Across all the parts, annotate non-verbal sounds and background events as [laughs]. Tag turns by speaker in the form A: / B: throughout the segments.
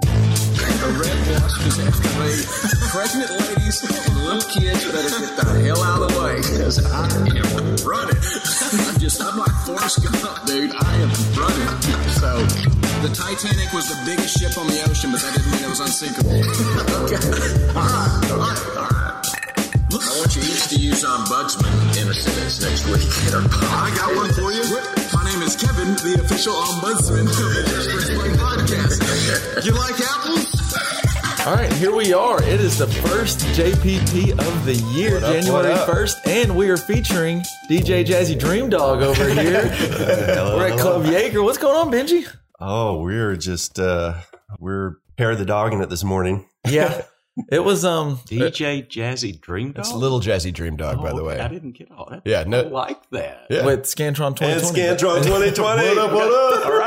A: A red horse just escalate pregnant ladies and little kids better get the hell out of the way because I am running. I'm just, I'm like Forrest Gump, dude. I am running. So, the Titanic was the biggest ship on the ocean, but that didn't mean it was unsinkable. [laughs] okay. All right, all right, all right. Look, I want you each to use ombudsman in a sentence next week. I got one for you. My name is Kevin, the official ombudsman of the Desperate Play podcast. You like apples?
B: All right, here we are. It is the first JPP of the year,
C: up, what
B: January
C: up?
B: 1st, and we are featuring DJ Jazzy Dream Dog
C: [laughs]
B: over here. We're at Club Yeager. What's going on, Benji?
C: Oh, we're just uh we're paired the dog in it this morning.
B: Yeah. It was um
D: DJ Jazzy Dream Dog.
E: It's Uh, Little Jazzy Dream Dog, by
D: Oh,
E: the way.
D: I didn't get all that.
E: Yeah, no-
D: I like that.
E: Yeah.
B: with Scantron 2020.
C: And Scantron 2020.
E: What up, what up?
D: All
B: [laughs]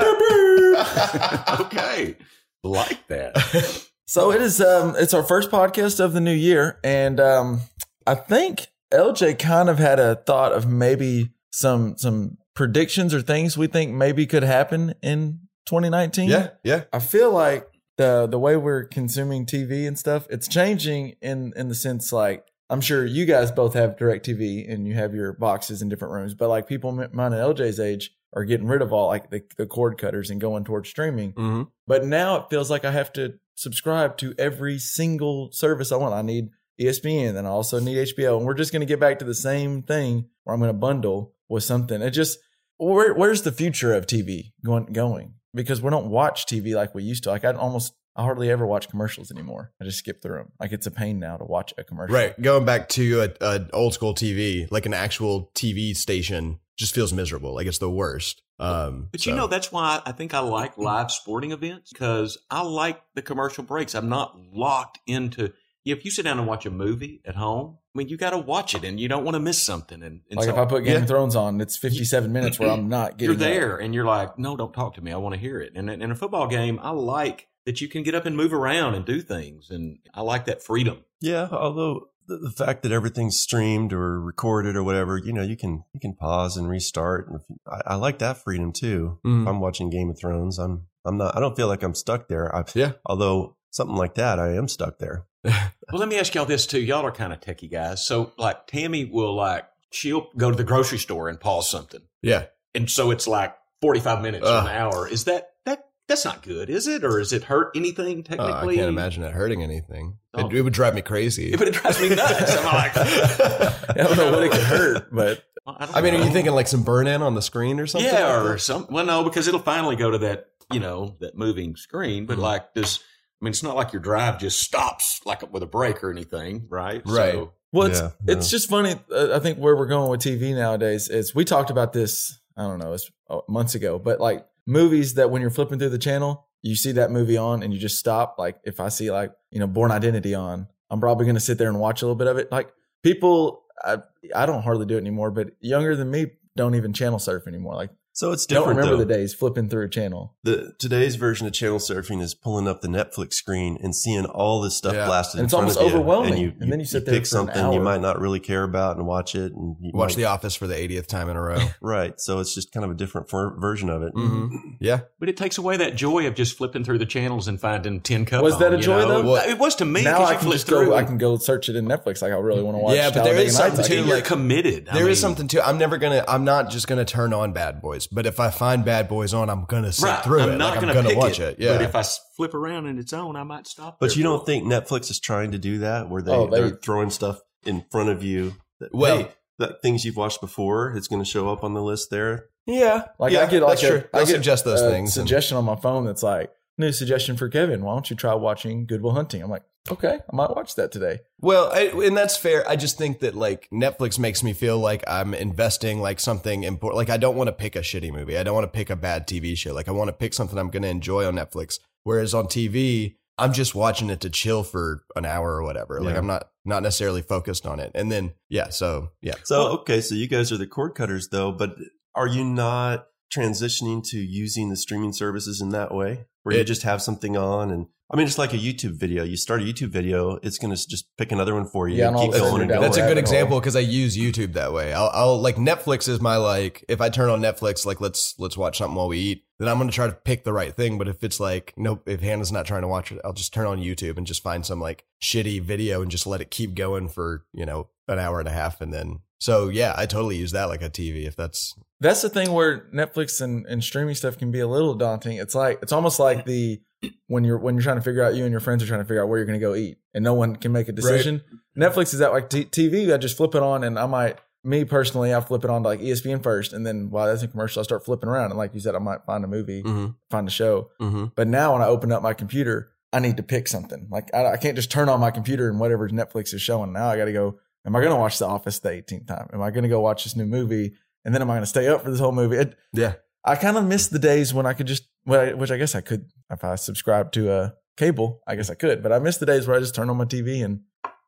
D: right. okay, like that.
B: So it is um it's our first podcast of the new year and um I think LJ kind of had a thought of maybe some some predictions or things we think maybe could happen in 2019.
E: [laughs] Yeah, yeah.
B: I feel like the the way we're consuming TV and stuff, it's changing in in the sense like I'm sure you guys both have direct TV and you have your boxes in different rooms, but like people m- mine and LJ's age are getting rid of all like the, the cord cutters and going towards streaming.
C: Mm-hmm.
B: But now it feels like I have to subscribe to every single service I want. I need E ESPN and I also need HBO. And we're just going to get back to the same thing where I'm going to bundle with something. It just, where, where's the future of TV going, going? Because we don't watch TV like we used to. Like I almost, I hardly ever watch commercials anymore. I just skip through them. Like it's a pain now to watch a commercial.
E: Right. Going back to a, a old school TV, like an actual TV station, just feels miserable. Like it's the worst. Um,
D: But you
E: so-
D: know, that's why I think I like live sporting events because I like the commercial breaks. I'm not locked into. If you sit down and watch a movie at home, I mean, you got to watch it, and you don't want to miss something. And, and
B: Like
D: so
B: if I put Game
E: Yeah.
B: of Thrones on, it's 57 minutes where I'm not
D: you're
B: getting up.
D: there, and you're like, no, don't talk to me. I want to hear it. And in a football game, I like that you can get up and move around and do things, and I like that freedom.
C: Yeah, although the, the fact that everything's streamed or recorded or whatever, you know, you can you can pause and restart. And if you- I, I like that freedom too.
B: Hmm.
E: Mm-hmm.
C: If I'm watching Game of Thrones. I'm I'm not. I don't feel like I'm stuck there. I,
E: Yeah.
C: Although something like that, I am stuck there.
D: Well, let me ask y'all this too. Y'all are kind of techie guys. So, like, Tammy will, like, she'll go to the grocery store and pause something.
E: Yeah.
D: And so it's like 45 minutes or
E: Ugh.
D: an hour. Is that, that, that's not good, is it? Or is it hurt anything
E: Oh, I
D: technically?
E: can't imagine it hurting anything.
D: Oh.
E: It, it would drive me crazy.
D: Yeah, but it drives me nuts.
E: [laughs]
D: I'm like,
B: I don't know what it could hurt, but
D: well, I, don't
E: I mean, are
D: know.
E: you thinking like some burn in on the screen or something?
D: Yeah,
E: like
D: or
E: that?
D: some. Well, no, because it'll finally go to that, you know, that moving screen.
E: Mm-hmm.
D: But like, this, I mean, it's not like your drive just stops like with a break or anything, right?
E: Right.
D: So,
B: Well, it's,
C: Yeah,
B: it's just funny. Uh, I think where we're going with TV nowadays is we talked about this. I don't know, it's uh, months ago, but like movies that when you're flipping through the channel, you see that movie on and you just stop. Like if I see like you know Born Identity on, I'm probably going to sit there and watch a little bit of it. Like people, I I don't hardly do it anymore, but younger than me don't even channel surf anymore. Like
C: So it's
B: don't
C: different.
B: remember
C: though.
B: the days flipping through a channel.
C: the today's version of channel surfing is pulling up the Netflix screen and seeing all this stuff
E: Yeah.
B: And
C: blasted. in
B: it's
C: front
B: almost
C: of you.
B: overwhelming.
C: And, you,
B: And then you sit there
C: pick
B: for an
C: something
B: hour.
C: you might not really care about and watch it. And you
E: Watch
C: might-
E: The Office for the 80th time in
D: [laughs]
E: a row.
C: right. So it's just kind of a different for, version of it.
E: Mhm. Yeah.
D: But it takes away that joy of just flipping through the channels and finding ten cup.
B: Was that
D: on,
B: a
D: you
B: joy,
D: know?
B: though?
E: Well,
D: it was to me.
B: now
D: 'cause
B: I
D: you
B: can
D: flipped
B: just go.
D: through
B: I
D: and-
B: can go search it in Netflix. Like I really want to watch.
E: Yeah, but there is
B: Talladega Nights.
E: something
B: I
E: to
B: can
D: Dude,
B: do
D: you're
E: like-
D: committed. I
E: There is
D: mean,
E: something too. I'm never gonna. I'm not just gonna turn on Bad Boys, but if I find Bad Boys on, I'm gonna sit
D: Right,
E: through
D: I'm
E: it.
D: not
E: like,
D: gonna,
E: I'm gonna
D: pick
E: watch
D: it.
E: it. Yeah.
D: But if I s- flip around in its own, I might stop.
C: But
D: there
C: you
D: for a
C: don't think Netflix is trying to do that, where they,
B: Oh, they-
C: they are throwing stuff in front of you? That,
E: Well-
C: hey, that things you've watched before, it's going to show up on the list there. Yeah,
B: Like
E: Yeah,
B: I get like
E: that's
B: a,
E: true.
B: I
E: They'll
B: get
E: suggest those
B: a
E: things and-
B: Suggestion on my phone that's like new suggestion for Kevin. Why don't you try watching Goodwill Hunting? I'm like, Okay, I might watch that today.
E: Well, I, and that's fair. I just think that like Netflix makes me feel like I'm investing like something important. Like I don't want to pick a shitty movie. I don't want to pick a bad TV show. Like I want to pick something I'm going to enjoy on Netflix. Whereas on TV, I'm just watching it to chill for an hour or whatever. Like
C: Yeah.
E: I'm not not necessarily focused on it. And then yeah, so yeah.
C: So okay, so you guys are the cord cutters though, but are you not transitioning to using the streaming services in that way, where you
E: It-
C: just have something on and I mean, it's like a YouTube video. You start a YouTube video, it's going to just pick another one for you.
B: Yeah, and
C: and
B: all
C: keep
B: of a
C: going
B: sudden
C: and
B: you're
C: going.
B: down
E: That's a
B: rabbit
E: good
B: hole.
E: example because I use YouTube that way. I'll, I'll like Netflix is my like if I turn on Netflix like let's let's watch something while we eat then I'm gonna try to pick the right thing. But if it's like nope, if Hannah's not trying to watch it, I'll just turn on YouTube and just find some like shitty video and just let it keep going for you know an hour and a half and then so yeah, I totally use that like a TV if that's
B: That's the thing where Netflix and, and streaming stuff can be a little daunting. It's like it's almost like the when you're when you're trying to figure out you and your friends are trying to figure out where you're going to go eat, and no one can make a decision. Netflix is that like t- TV. I just flip it on, and I might me personally, I flip it on to like E ESPN first, and then while that's in commercial, I start flipping around, and like you said, I might find a movie,
E: mm-hmm,
B: find a show.
E: mm-hmm.
B: But now when I open up my computer, I need to pick something. Like I, I can't just turn on my computer and whatever Netflix is showing. Now I got to go. Am I going to watch The Office the 18th time? Am I going to go watch this new movie? And then am I going to stay up for this whole movie? It,
E: yeah.
B: I kind of miss the days when I could just, well, I- which I guess I could if I subscribed to a cable. I guess I could, but I miss the days where I just turn on my TV and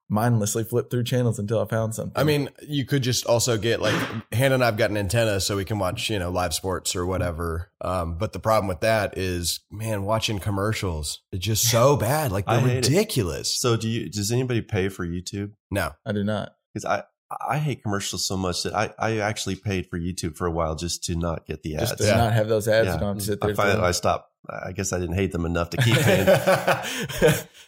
B: mindlessly flip through channels until I found something.
E: I mean, you could just also get like Hannah and I've got an antenna so we can watch, you know, live sports or whatever. Um, but the problem with that is, man, watching commercials is just
C: [laughs]
E: so bad. Like
C: I
E: they're
C: hate it.
E: ridiculous.
C: So do you? Does anybody pay for YouTube?
E: No.
B: I do not.
C: Because I I hate commercials so much that I I actually paid for YouTube for a while just to not get the ads.
B: just to
E: yeah.
B: not have those ads.
C: Yeah.
B: You don't have to sit there.
C: I find
B: for-
C: that I stopped. I guess I didn't hate them enough to keep paying.
E: [laughs]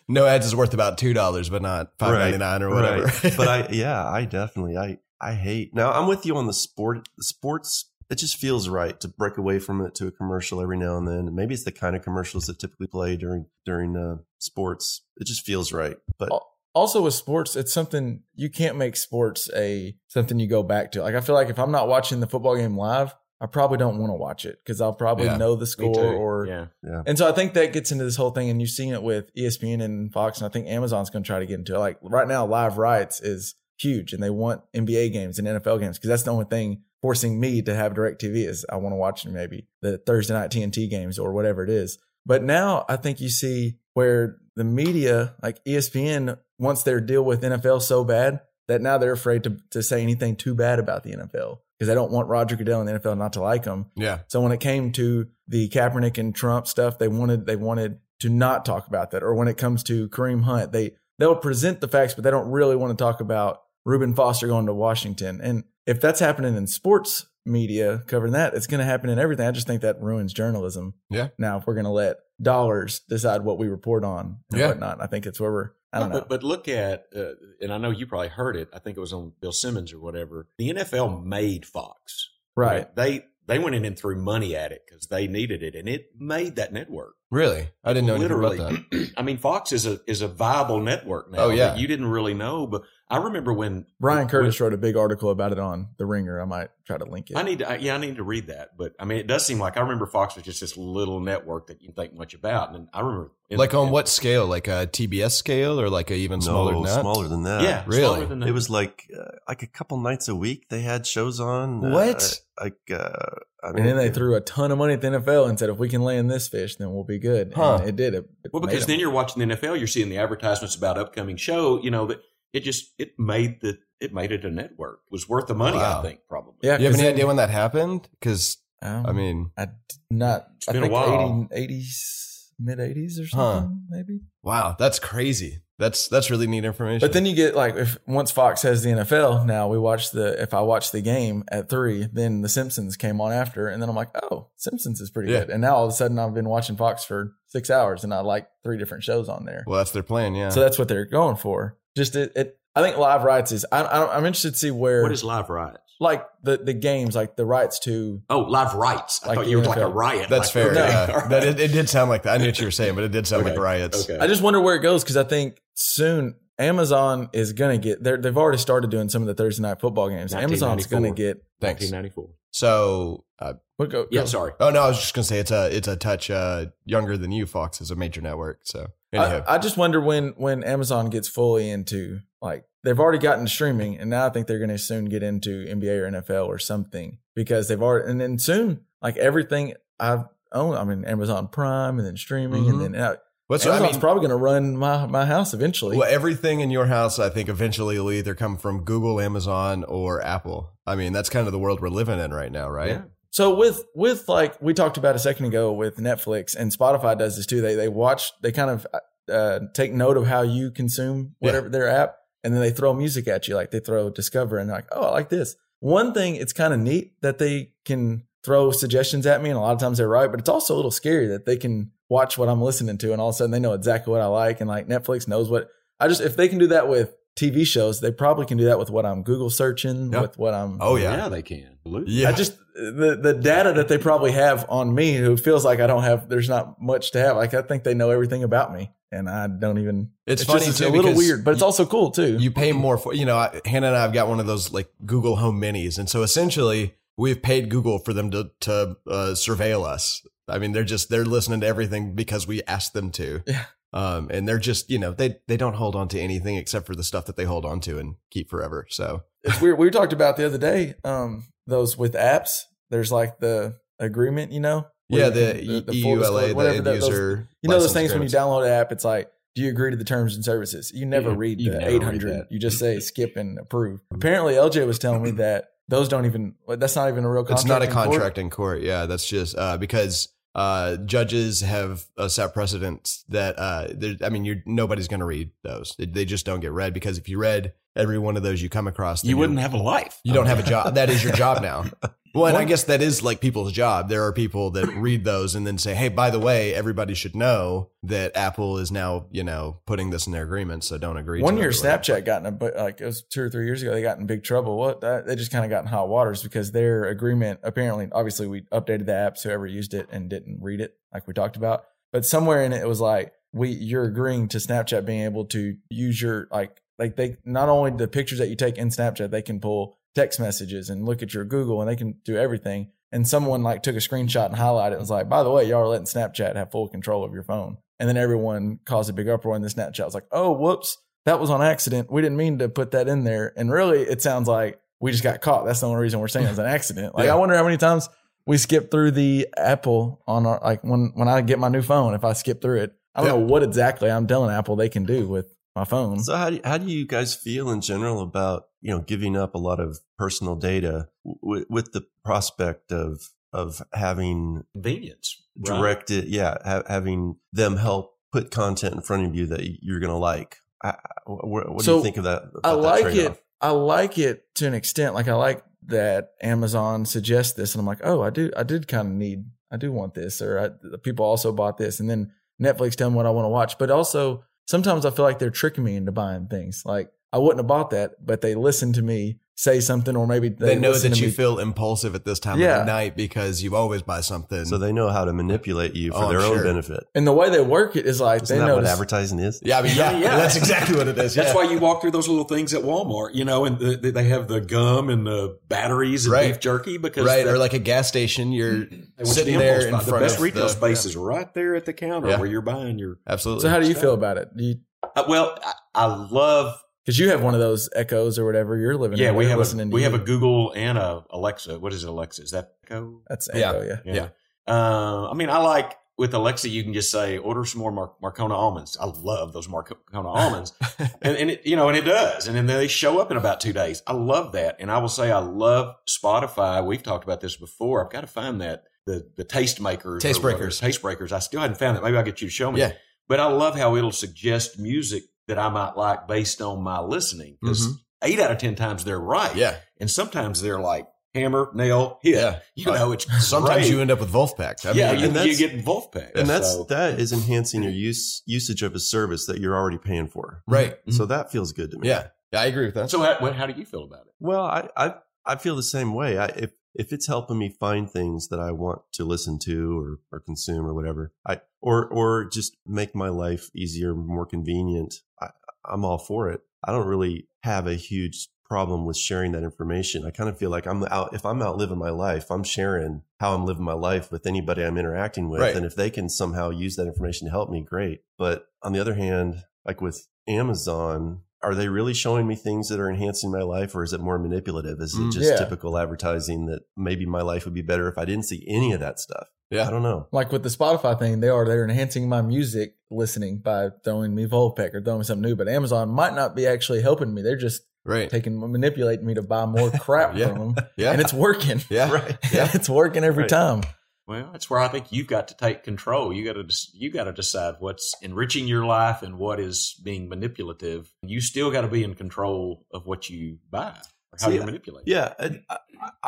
E: no ads is worth about two dollars, but not five ninety nine or whatever. [laughs]
C: Right. but I, yeah, I definitely, I, I hate. Now I'm with you on the sport. The sports, it just feels right to break away from it to a commercial every now and then. And maybe it's the kind of commercials that typically play during during uh, sports. It just feels right. But
B: Oh. also with sports, it's something you can't make sports a something you go back to. Like I feel like if I'm not watching the football game live, I probably don't want to watch it because I'll probably
E: Yeah,
B: know the score or
D: yeah.
B: and so I think that gets into this whole thing, and you've seen it with E ESPN and Fox, and I think Amazon's going to try to get into it. Like right now, live rights is huge, and they want NBA games and NFL games because that's the only thing forcing me to have DirecTV is I want to watch maybe the Thursday night TNT games or whatever it is. But now I think you see where the media, like E ESPN, wants their deal with NFL so bad that now they're afraid to, to say anything too bad about the NFL because they don't want Roger Goodell and the NFL not to like him.
E: yeah.
B: So when it came to the Kaepernick and Trump stuff, they wanted they wanted to not talk about that. Or when it comes to Kareem Hunt, they they'll present the facts, but they don't really want to talk about Reuben Foster going to Washington. And if that's happening in sports media covering that, it's going to happen in everything. I just think that ruins journalism.
E: Yeah.
B: Now if we're going to let dollars decide what we report on and
E: Yeah.
B: whatnot, I think it's where we're. I don't know.
D: But, but look at, uh, and I know you probably heard it. I think it was on Bill Simmons or whatever. The NFL made Fox.
B: right.
D: They they went in and threw money at it because they needed it, and it made that network.
E: Really? I didn't know anything
D: Literally,
E: about that.
D: [clears throat] I mean, Fox is a is a viable network now.
E: Oh, yeah.
D: that you didn't really know, but I remember when
B: Brian Curtis wrote a big article about it on The Ringer. I might try to link it.
D: I need to, I, yeah, I need to read that. But I mean, it does seem like I remember Fox was just this little network that you didn't think much about, and I remember
E: [laughs] Like on what scale? Like a TBS scale or like a even smaller
C: no,
E: than that?
C: smaller than that.
D: yeah,
E: really?
D: smaller than that.
C: It was like uh, like a couple nights a week they had shows on. uh,
E: What?
C: like uh, I mean,
B: And then they threw a ton of money at the NFL and said, if we can land this fish, then we'll be good.
E: Huh.
B: And it did. It, it
D: Well,
B: made
D: because
B: them.
D: then you're watching the NFL, you're seeing the advertisements about upcoming show. You know that it just it made the it made it a network. It was worth the money,
E: Wow.
D: I think, probably.
B: yeah,
E: You have
B: 'cause
E: any
B: then-
E: idea when that happened? Because
B: Um,
E: I mean,
B: I did not.
D: It's
B: I
D: been a
B: think
D: while.
B: 80, 80s, mid 80s or
E: Huh.
B: something, maybe.
E: wow, that's crazy. That's that's really neat information.
B: But then you get like, if once Fox has the NFL, now we watch the, if I watch the game at three, then The Simpsons came on after. And then I'm like, oh, Simpsons is pretty
E: Yeah.
B: good. And now all of a sudden I've been watching Fox for six hours and I like three different shows on there.
E: well, that's their plan. Yeah.
B: So that's what they're going for. Just it, it I think live rights is, I, I, I'm interested to see where.
D: What is live riots?
B: like the the games, like the rights to.
D: Oh, live rights. I
B: Like
D: thought
B: the
D: you were like a
B: NFL.
D: riot.
E: That's
D: like,
E: fair.
D: okay,
E: yeah.
B: [laughs]
D: all right.
E: That- it, it did sound like that. I knew what you were saying, but it did sound like riots.
D: Okay.
B: I just wonder where it goes because I think soon Amazon is gonna get. they're- They've already started doing some of the Thursday night football games. Amazon's gonna
D: 1994.
B: get.
E: Thanks.
D: 1994.
E: So, uh,
B: We'll go,
D: Yeah,
B: go-
D: sorry.
E: oh no, I was just gonna say it's a it's a touch uh, younger than you. Fox is a major network, so anyhow,
B: I, I just wonder when when Amazon gets fully into like they've already gotten streaming, and now I think they're going to soon get into NBA or NFL or something because they've already and then soon like everything I've owned. I mean Amazon Prime and then streaming
E: Mhm.
B: and then uh,
E: what's I
B: Amazon's
E: mean,
B: probably going to run my my house eventually.
E: well, everything in your house, I think, eventually will either come from Google, Amazon, or Apple. I mean, that's kind of the world we're living in right now, right?
D: Yeah.
B: So with with like we talked about a second ago with Netflix and Spotify does this too. They they watch they kind of uh, take note of how you consume whatever their app, and then they throw music at you. Like they throw Discover and like oh I like this. One thing it's kind of neat that they can throw suggestions at me, and a lot of times they're right, but it's also a little scary that they can watch what I'm listening to, and all of a sudden they know exactly what I like, and like Netflix knows what I just if they can do that with TV shows, they probably can do that with what I'm Google searching,
E: Yeah.
B: with what I'm
E: Oh yeah,
D: they can. Absolutely.
E: yeah.
B: I just the the data that they probably have on me, who feels like I don't have. There's not much to have. Like I think they know everything about me, and I don't even.
E: It's funny,
B: just,
E: too,
B: a little
E: because
B: weird, but it's also cool too.
E: you pay more for you know I- hannah and i've got one of those like google home minis and so essentially we've paid google for them to, to uh, surveil us i mean they're just they're listening to everything because we asked them to
B: Yeah.
E: um, and they're just you know they they don't hold on to anything except for the stuff that they hold on to and keep forever so
B: it's weird. We talked about the other day. Um, those with apps. There's like the agreement, you know. where
E: yeah
B: you
E: the, E,
B: can- full
E: eula
B: disclosure-
E: the
B: whatever
E: end
B: that- those-
E: user
B: you know those
E: license
B: things when you
E: agreements.
B: download an app. It's like, do you agree to the terms and services? You never
D: Mhm.
B: read
D: You
B: the
D: never read
B: 800.
D: that.
B: You just say skip and
E: [laughs]
B: approve. Apparently, LJ was telling me that those don't even. That's not even a real contract.
E: It's not a
B: in court.
E: contract in court. Yeah, that's just uh, because uh, judges have uh, set precedents that uh, there- I mean, you're nobody's going to read those. They, they just don't get read because if you read every one of those you come across, then
D: You wouldn't have a life.
E: You don't have a job. That is your job now. Well, and I guess that is like people's job. There are people that read those and then say, "Hey, by the way, everybody should know that Apple is now, you know, putting this in their agreement, so don't agree."
B: One
E: to
B: year,
E: it or whatever."
B: Snapchat got in a bu- like it was two or three years ago. They got in big trouble. What that, they just kind of got in hot waters because their agreement apparently, obviously, we updated the apps. Whoever used it and didn't read it, like we talked about, but somewhere in it, it was like we you're agreeing to Snapchat being able to use your like like they not only the pictures that you take in Snapchat, they can pull text messages and look at your Google and they can do everything. And someone like took a screenshot and highlighted it and was like, by the way, y'all are letting Snapchat have full control of your phone. And then everyone caused a big uproar and the Snapchat was like, oh, whoops, that was on accident. We didn't mean to put that in there. And really, it sounds like we just got caught. That's the only reason we're saying it was an accident. Like,
E: [laughs] Yeah.
B: I wonder how many times we skip through the Apple on our, like when, when I get my new phone, if I skip through it, I don't
E: Yeah.
B: know what exactly I'm telling Apple they can do with my phone.
C: So how do, how do you guys feel in general about you know giving up a lot of personal data w- with the prospect of of having
D: Convenience. right?
C: directed yeah ha- having them help put content in front of you that you're going to like. I, I- wh- what do
B: So,
C: you think of that? about
B: I
C: that
B: like
C: trade-off?
B: it. I like it to an extent. Like I like that Amazon suggests this, and I'm like, oh, I do. I did kind of need. I do want this, or I, the people also bought this, and then Netflix telling me what I want to watch. But also sometimes I feel like they're tricking me into buying things. Like I wouldn't have bought that, but they listen to me say something, or maybe they,
E: They, know
B: listen
E: that
B: to
E: you
B: me.
E: feel impulsive at this time
B: Yeah.
E: of the night because you always buy something.
C: So they know how to manipulate you for
E: Oh, I'm
C: their own
E: sure.
C: benefit.
B: And the way they work it is like
C: Isn't
B: they
C: that what
B: know.
C: advertising is?
E: yeah, I mean, yeah,
D: Yeah, yeah.
E: that's exactly what it
D: [laughs]
E: is.
D: That's
E: yeah.
D: why you walk through those little things at Walmart, you know, and the, they have the gum and the batteries and
E: Right.
D: beef jerky because
E: right
D: they-
E: or like a gas station you're
D: they want you
E: sitting
D: to impulse
E: there in
D: buy.
E: front
D: the best
E: of
D: retail
E: the,
D: space is right there at the counter
E: Yeah.
D: where you're buying your.
E: absolutely
B: so how do you feel about it? Do you
D: Uh, well, I, I love.
B: because you have one of those echoes or whatever you're living.
D: Yeah,
B: in,
D: we
B: they're
D: have a
B: listening. to
D: we have
B: you.
D: a Google and a Alexa. What is it, Alexa? Is that Echo?
B: That's
E: Yeah.
B: echo. Yeah.
E: Yeah.
D: Uh, I mean, I like with Alexa, you can just say, order some more Mar- Marcona almonds. I love those
E: [laughs]
D: Marcona almonds. and, and it, you know, and it does. And then they show up in about two days. I love that. And I will say, I love Spotify. We've talked about this before. I've got to find that the, the taste makers,
E: Taste
D: or whatever,
E: breakers.
D: taste breakers. I still hadn't found that. Maybe I'll get you to show me.
E: Yeah.
D: But I love how it'll suggest music that I might like based on my listening because eight out of 10 times they're right.
E: Mm-hmm. yeah
D: And sometimes they're like hammer, nail, hit.
E: Yeah.
D: You
E: Uh,
D: know, it's
E: [laughs] sometimes
D: great
E: you end up with Wolfpack I
D: yeah,
E: mean,
C: and
D: you,
C: that's-
D: you get Wolfpack,
C: And that's
D: so-
C: that is enhancing your use usage of a service that you're already paying for.
E: right
C: So
B: Mm-hmm.
C: that feels good to me.
E: yeah yeah I agree with that
D: So, how, what- how do you feel about it?
C: Well, I I, I feel the same way. I, if if it's helping me find things that I want to listen to or, or consume or whatever, I or or just make my life easier, more convenient. I, I'm all for it. I don't really have a huge problem with sharing that information. I kind of feel like I'm out if I'm out living my life, I'm sharing how I'm living my life with anybody I'm interacting with.
E: Right.
C: And if they can somehow use that information to help me, great. But on the other hand, like with Amazon, are they really showing me things that are enhancing my life or is it more manipulative? Is
E: Mm,
C: it just
B: yeah.
C: typical advertising that maybe my life would be better if I didn't see any of that stuff?
E: Yeah.
C: I don't know.
B: Like with the Spotify thing, they are they're enhancing my music listening by throwing me Volpec or throwing me something new. But Amazon might not be actually helping me. They're just
E: Right.
B: taking manipulating me to buy more crap
E: Yeah.
B: from them,
E: Yeah.
B: and it's working.
E: yeah.
C: [laughs] Right.
B: Yeah, [laughs] it's working every
C: Right.
B: time.
D: Well, that's where I think you've got to take control. You got to you got to decide what's enriching your life and what is being manipulative. You still got to be in control of what you buy or how
C: See,
D: you manipulate.
C: Yeah, and I,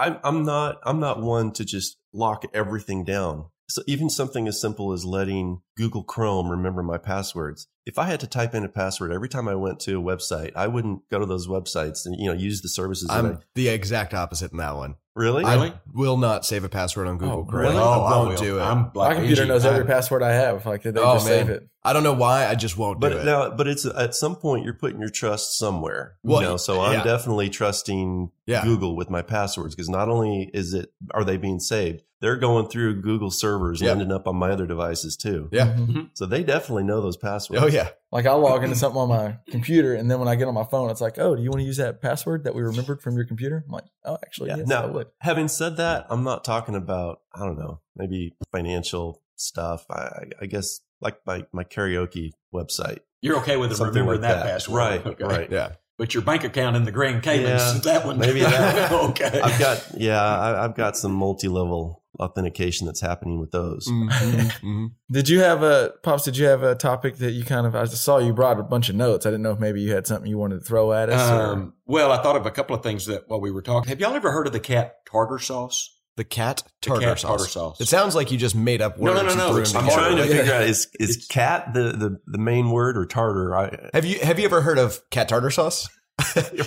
C: I, I'm not. I'm not one to just lock everything down. So even something as simple as letting Google Chrome remember my passwords. If I had to type in a password every time I went to a website, I wouldn't go to those websites and you know use the services. that I,
E: I'm the exact opposite in that one.
C: really?
D: I- Really?
E: I will not save a password on Google
B: Oh,
E: Chrome.
B: really?
E: I
D: Oh, I
E: won't
D: will.
E: do it.
D: I'm
B: My
D: like
B: computer
D: AG.
B: knows every
D: I-
B: password I have. Like they
E: Oh,
B: just save
E: man.
B: it.
E: I don't know why. I just won't do
C: but
E: it.
C: now, but it's at some point you're putting your trust somewhere.
E: Well,
C: you know, so I'm
E: yeah.
C: definitely trusting
E: Yeah.
C: Google with my passwords because not only is it are they being saved, they're going through Google servers
E: Yeah.
C: and ending up on my other devices too.
E: Yeah.
B: Mhm.
C: So they definitely know those passwords.
D: [laughs]
E: Oh yeah.
B: Like I log into something on my computer, and then when I get on my phone, it's like, "Oh, do you want to use that password that we remembered from your computer?" I'm like, "Oh, actually,
C: Yeah.
B: yes, I
C: Now,
B: would."
C: having said that, I'm not talking about I don't know maybe financial stuff. I- I, I guess like my my karaoke website.
D: You're okay with them
C: Something
D: remembering
C: like
D: that,
C: that.
D: password,
C: Right,
D: Okay.
C: right.
E: Yeah.
D: But your bank account in the Grand Caymans,
C: Yeah,
D: [laughs] that one,
C: maybe that.
D: [laughs] okay.
C: I've got yeah, I, I've got some multi level authentication that's happening with those.
E: Mm.
C: [laughs]
E: Mm-hmm,
B: Did you have a pops? Did you have a topic that you kind of? I just saw you brought a bunch of notes. I didn't know if maybe you had something you wanted to throw at us. or-
D: Um, well, I thought of a couple of things that while we were talking. Have y'all ever heard of the cat tartar sauce?
E: The cat
D: The
E: tartar
D: cat
E: sauce.
D: tartar sauce.
E: It sounds like you just made up
D: No,
E: words.
D: no, no,
E: and
D: no.
E: threw
D: It's-
E: them
C: I'm
E: together.
C: trying to
B: Yeah.
C: figure out is is
D: It's-
C: cat the, the the main word or tartar? I,
E: Have you have you ever heard of cat tartar sauce?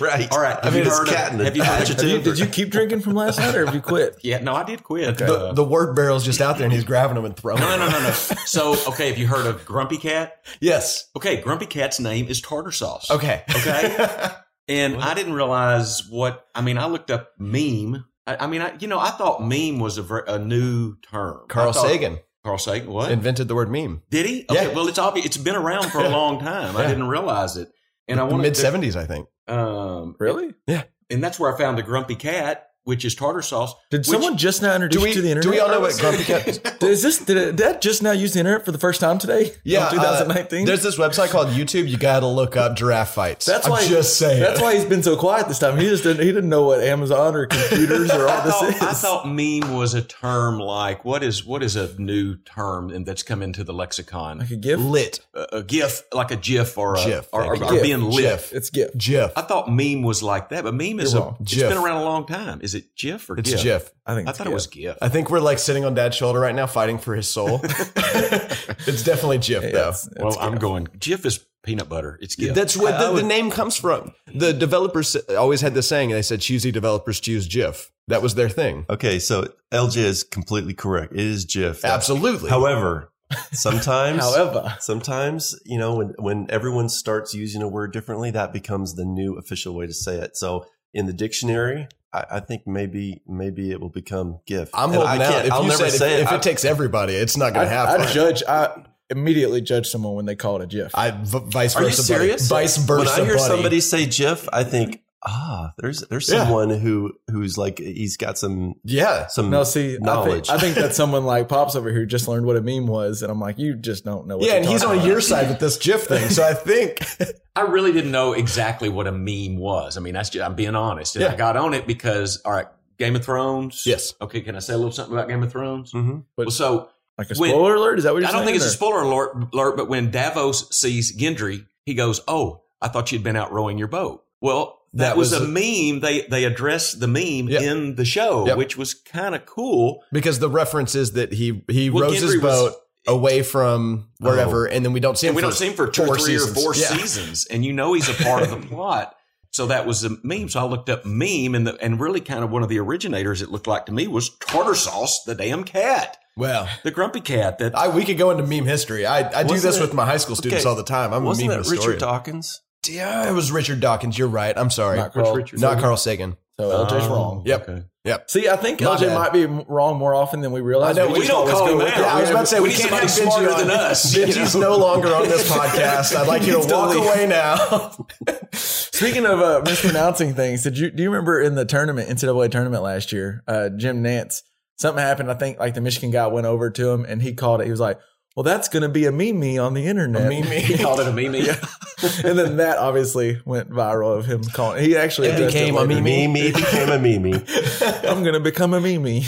C: right.
D: All right.
C: I mean,
D: Have you
C: it's
D: heard of-
C: cat and
D: have you heard
B: Have
D: of-
B: you-
C: adjective.
B: did you keep drinking from last night, or have you
E: [laughs]
B: quit?
D: Yeah, no, I did quit.
E: The,
D: Uh,
E: the word barrel's just out there, and he's grabbing them and throwing.
D: no, no, no,
E: them.
D: no, no. so, okay, have you heard of Grumpy Cat?
E: [laughs] Yes.
D: Okay, Grumpy Cat's name is tartar sauce.
E: Okay.
D: Okay. And I didn't realize what I mean. I looked up meme. I, I mean, I you know, I thought meme was a, ver- a new term. I
E: Carl
D: thought-
E: Sagan
D: Carl Sagan. What?
E: invented the word meme.
D: Did he? Okay,
E: Yeah.
D: Well, it's obvious. It's been around for a long time. I
E: Yeah.
D: didn't realize it. And I
E: The
D: wanted
E: mid
D: to-
E: seventies, I think.
D: Um,
B: Really?
D: and that's where I found the Grumpy Cat, which is tartar sauce.
B: Did
D: Which-
B: someone just now
E: Do
B: introduce
E: we
B: you to the internet?
E: do we all know what grumpy cat? is?
B: Is this [laughs] did, it, did that just now use the internet for the first time today?
E: [laughs] Yeah, uh,
B: 2019.
E: There's this website called YouTube. You got to look up giraffe fights.
B: That's
E: I'm
B: why-
E: just saying.
B: That's why he's been so quiet this time. He just didn't, he didn't know what Amazon or computers
E: [laughs]
B: or all
D: I
B: this
D: thought,
B: is.
D: I thought meme was a term like what is what is a new term and that's come into the lexicon?
B: like a gift.
E: lit
D: A, a GIF, like a GIF or a,
E: GIF,
D: or,
E: thank
D: or,
E: you.
D: or
B: GIF,
D: being lit.
E: GIF.
B: It's gift.
E: GIF.
D: I thought meme was like that, but meme is
B: You're
D: a,
B: wrong.
D: it's
E: GIF.
D: been around a long time. Is it GIF or
E: It's
D: GIF?
E: GIF.
B: I think
D: I
B: it's
D: thought it
B: gift.
D: was GIF.
E: I think we're like sitting on Dad's shoulder right now, fighting for his
B: [laughs]
E: soul. it's definitely GIF,
B: Yeah,
E: though.
B: it's- it's
D: well, Oh, I'm
B: gift.
D: going. GIF is peanut butter. It's GIF.
E: That's where
C: I-
E: the,
C: I would-
E: the name comes from. The developers always had this saying, and they said, "Choosy developers choose GIF." That was their thing.
C: Okay, so LJ is completely correct. It is GIF.
E: Absolutely.
C: However, sometimes
B: However,
C: sometimes you know when when everyone starts using a word differently, that becomes the new official way to say it. So in the dictionary, I, I think maybe maybe it will become GIF.
E: I'm
C: And
E: holding
C: I
E: out. If
C: I'll
E: you
C: never
E: said
C: say
E: if,
C: it.
E: if
C: I-
E: it takes everybody, it's not
B: I,
E: going to happen.
B: I judge. I immediately judge someone when they call it a GIF.
E: I v- vice
C: Are you
E: versa. buddy.
C: serious?
E: Vice versa.
C: when I hear
E: buddy.
C: somebody say GIF, I think ah, there's there's
E: Yeah.
C: someone who who's like he's got some
E: yeah,
C: some
B: no, see, I
C: knowledge.
B: think, I think that someone like pops over here just learned what a meme was, and I'm like, you just don't know. What
E: yeah,
B: you're
E: and he's
B: talking
E: on
B: about.
E: your side with this GIF thing. So I think [laughs]
D: I really didn't know exactly what a meme was. I mean, that's just, I'm being honest. And
E: Yeah.
D: I got on it because, all right, Game of Thrones.
E: Yes. Mm-hmm.
D: Okay, can I say a little something about Game of Thrones?
C: Mhm.
D: Well, so
B: Like a
D: when-
B: spoiler alert? Is that what you're
D: I don't
B: saying,
D: think it's a
B: or-
D: spoiler alert, alert, but when Davos sees Gendry, he goes, "Oh, I thought you'd been out rowing your boat." Well, that,
E: That
D: was,
E: was
D: a meme. They they addressed the meme
E: Yep.
D: in the show,
E: Yep.
D: which was kind of cool.
E: because the reference is that he he
D: Well,
E: rows his
D: Gendry was-
E: boat away from wherever, and then we don't see him.
D: And we
E: for
D: don't see him for two
E: four
D: or three
E: seasons.
D: or four
E: Yeah.
D: seasons, and you know he's a part of
E: [laughs]
D: the plot. So that was a meme. So I looked up meme, and the, and really kind of one of the originators. It looked like to me was tartar sauce, the damn cat,
E: Well,
D: the grumpy cat. That
E: I we could go into meme history. I, I do
C: Wasn't
E: this
C: it-
E: with my high school students
C: okay.
E: all the time. I'm a
C: Wasn't
E: meme
C: that
E: historian.
C: Richard Dawkins?
E: Yeah, it was Richard Dawkins. You're right. I'm sorry.
B: Not
E: Not,
B: Carl,
D: Richard
E: Carl Sagan.
B: So LJ's
D: Oh,
B: wrong.
E: Yep.
D: okay.
E: Yep.
B: See, I think
E: My
B: LJ
E: bad.
B: might be m- wrong more often than we realize.
E: I know,
B: We
E: we
B: just
D: don't
B: always
D: call
B: go
D: him
B: with
D: out.
B: it.
E: Yeah, I was about to say
D: We
E: we,
D: need
E: can't
D: somebody
E: have Benji
D: smarter
E: on.
D: than us, you
E: [laughs] Benji's
D: know?
E: no longer on this podcast. I'd like you to
D: He's
E: walk
D: totally-
E: away now.
B: Speaking of uh, mispronouncing things, did you do you remember in the tournament NCAA tournament last year, uh, Jim Nance? Something happened. I think like the Michigan guy went over to him and he called it. He was like, "Well, that's going to be a meme on the internet."
D: [laughs] He called it a
E: [laughs]
D: meme.
B: [laughs] and then that obviously went viral of him calling. He actually
C: It
B: addressed
C: became a
B: later.
C: meme. Me became a
E: [laughs]
C: meme.
B: I'm going to become a meme.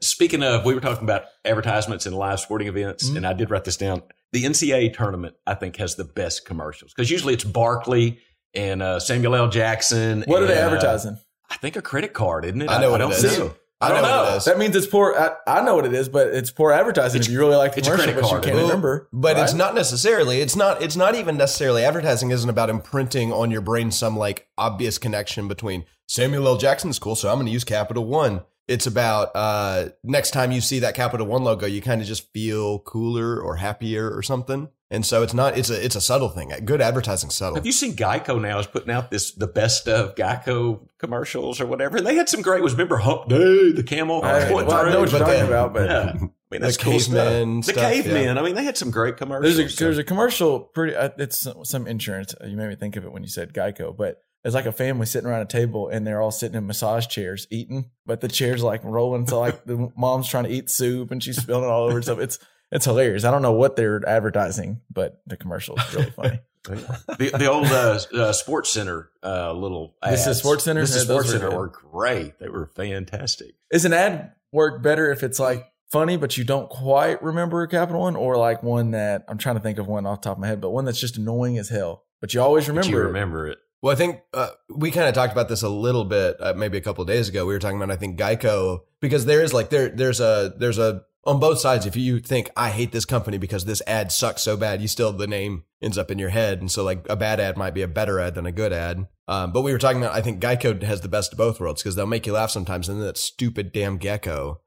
D: Speaking of, we were talking about advertisements and live sporting events,
E: Mm-hmm.
D: and I did write this down. The NCAA tournament, I think, has the best commercials because usually it's Barkley and uh, Samuel L. Jackson.
B: What are they
D: and, uh,
B: advertising?
D: I think a credit card, isn't it?
E: I know what
D: don't
E: it is.
D: know.
E: I
D: don't
E: know what
D: know.
E: it is.
B: That means it's poor. I, I know what it is, but it's poor advertising. if you really like the
D: it's a
B: commercial,
D: credit
B: but you
D: card,
B: can't
D: isn't it?
B: remember.
E: But it's
B: right?
E: not necessarily. It's not. It's not even necessarily. Advertising isn't about imprinting on your brain some like obvious connection between Samuel L. Jackson's cool, so I'm going to use Capital One. It's about uh, next time you see that Capital One logo, you kind of just feel cooler or happier or something. And so it's not. It's a. It's a subtle thing. Good advertising, is subtle.
D: Have you seen Geico now is putting out this the best of Geico commercials or whatever? And they had some great ones. Remember Hump Day, the
E: Oh,
D: camel?
B: I,
D: going
B: well, I know
D: through?
B: what you're
E: But
B: talking
E: then-
B: about, but
D: yeah. I mean, that's
E: The
D: cool stuff.
E: cavemen
D: The
E: stuff, yeah.
D: cavemen. I mean, they had some great commercials.
B: There's a there's a commercial. Pretty, uh, it's some- some insurance. You made me think of it when you said Geico, but it's like a family sitting around a table and they're all sitting in massage chairs eating, but the chairs like rolling. So like the [laughs] mom's trying to eat soup and she's spilling it all over herself. It's it's hilarious. I don't know what they're advertising, but the commercial is really funny.
D: [laughs] the, the old uh, uh, Sports Center uh, little.
B: This is
D: ads.
B: Sports Center?
D: This is
B: Yeah, those
D: Sports
B: were
D: Center
B: good.
D: were great. They were fantastic.
B: Is an ad work better if it's like funny, but you don't quite remember a capital one, or like one that I'm trying to think of one off the top of my head, but one that's just annoying as hell, but you always
D: But
B: remember.
D: you
B: it.
D: remember it?
E: Well, I think uh, we kind of talked about this a little bit, uh, maybe a couple of days ago. We were talking about, I think, Geico because there is like there there's a there's a on both sides. If you think I hate this company because this ad sucks so bad, you still the name ends up in your head, and so like a bad ad might be a better ad than a good ad. Um, but we were talking about, I think Geico has the best of both worlds because they'll make you laugh sometimes, and then that stupid damn gecko.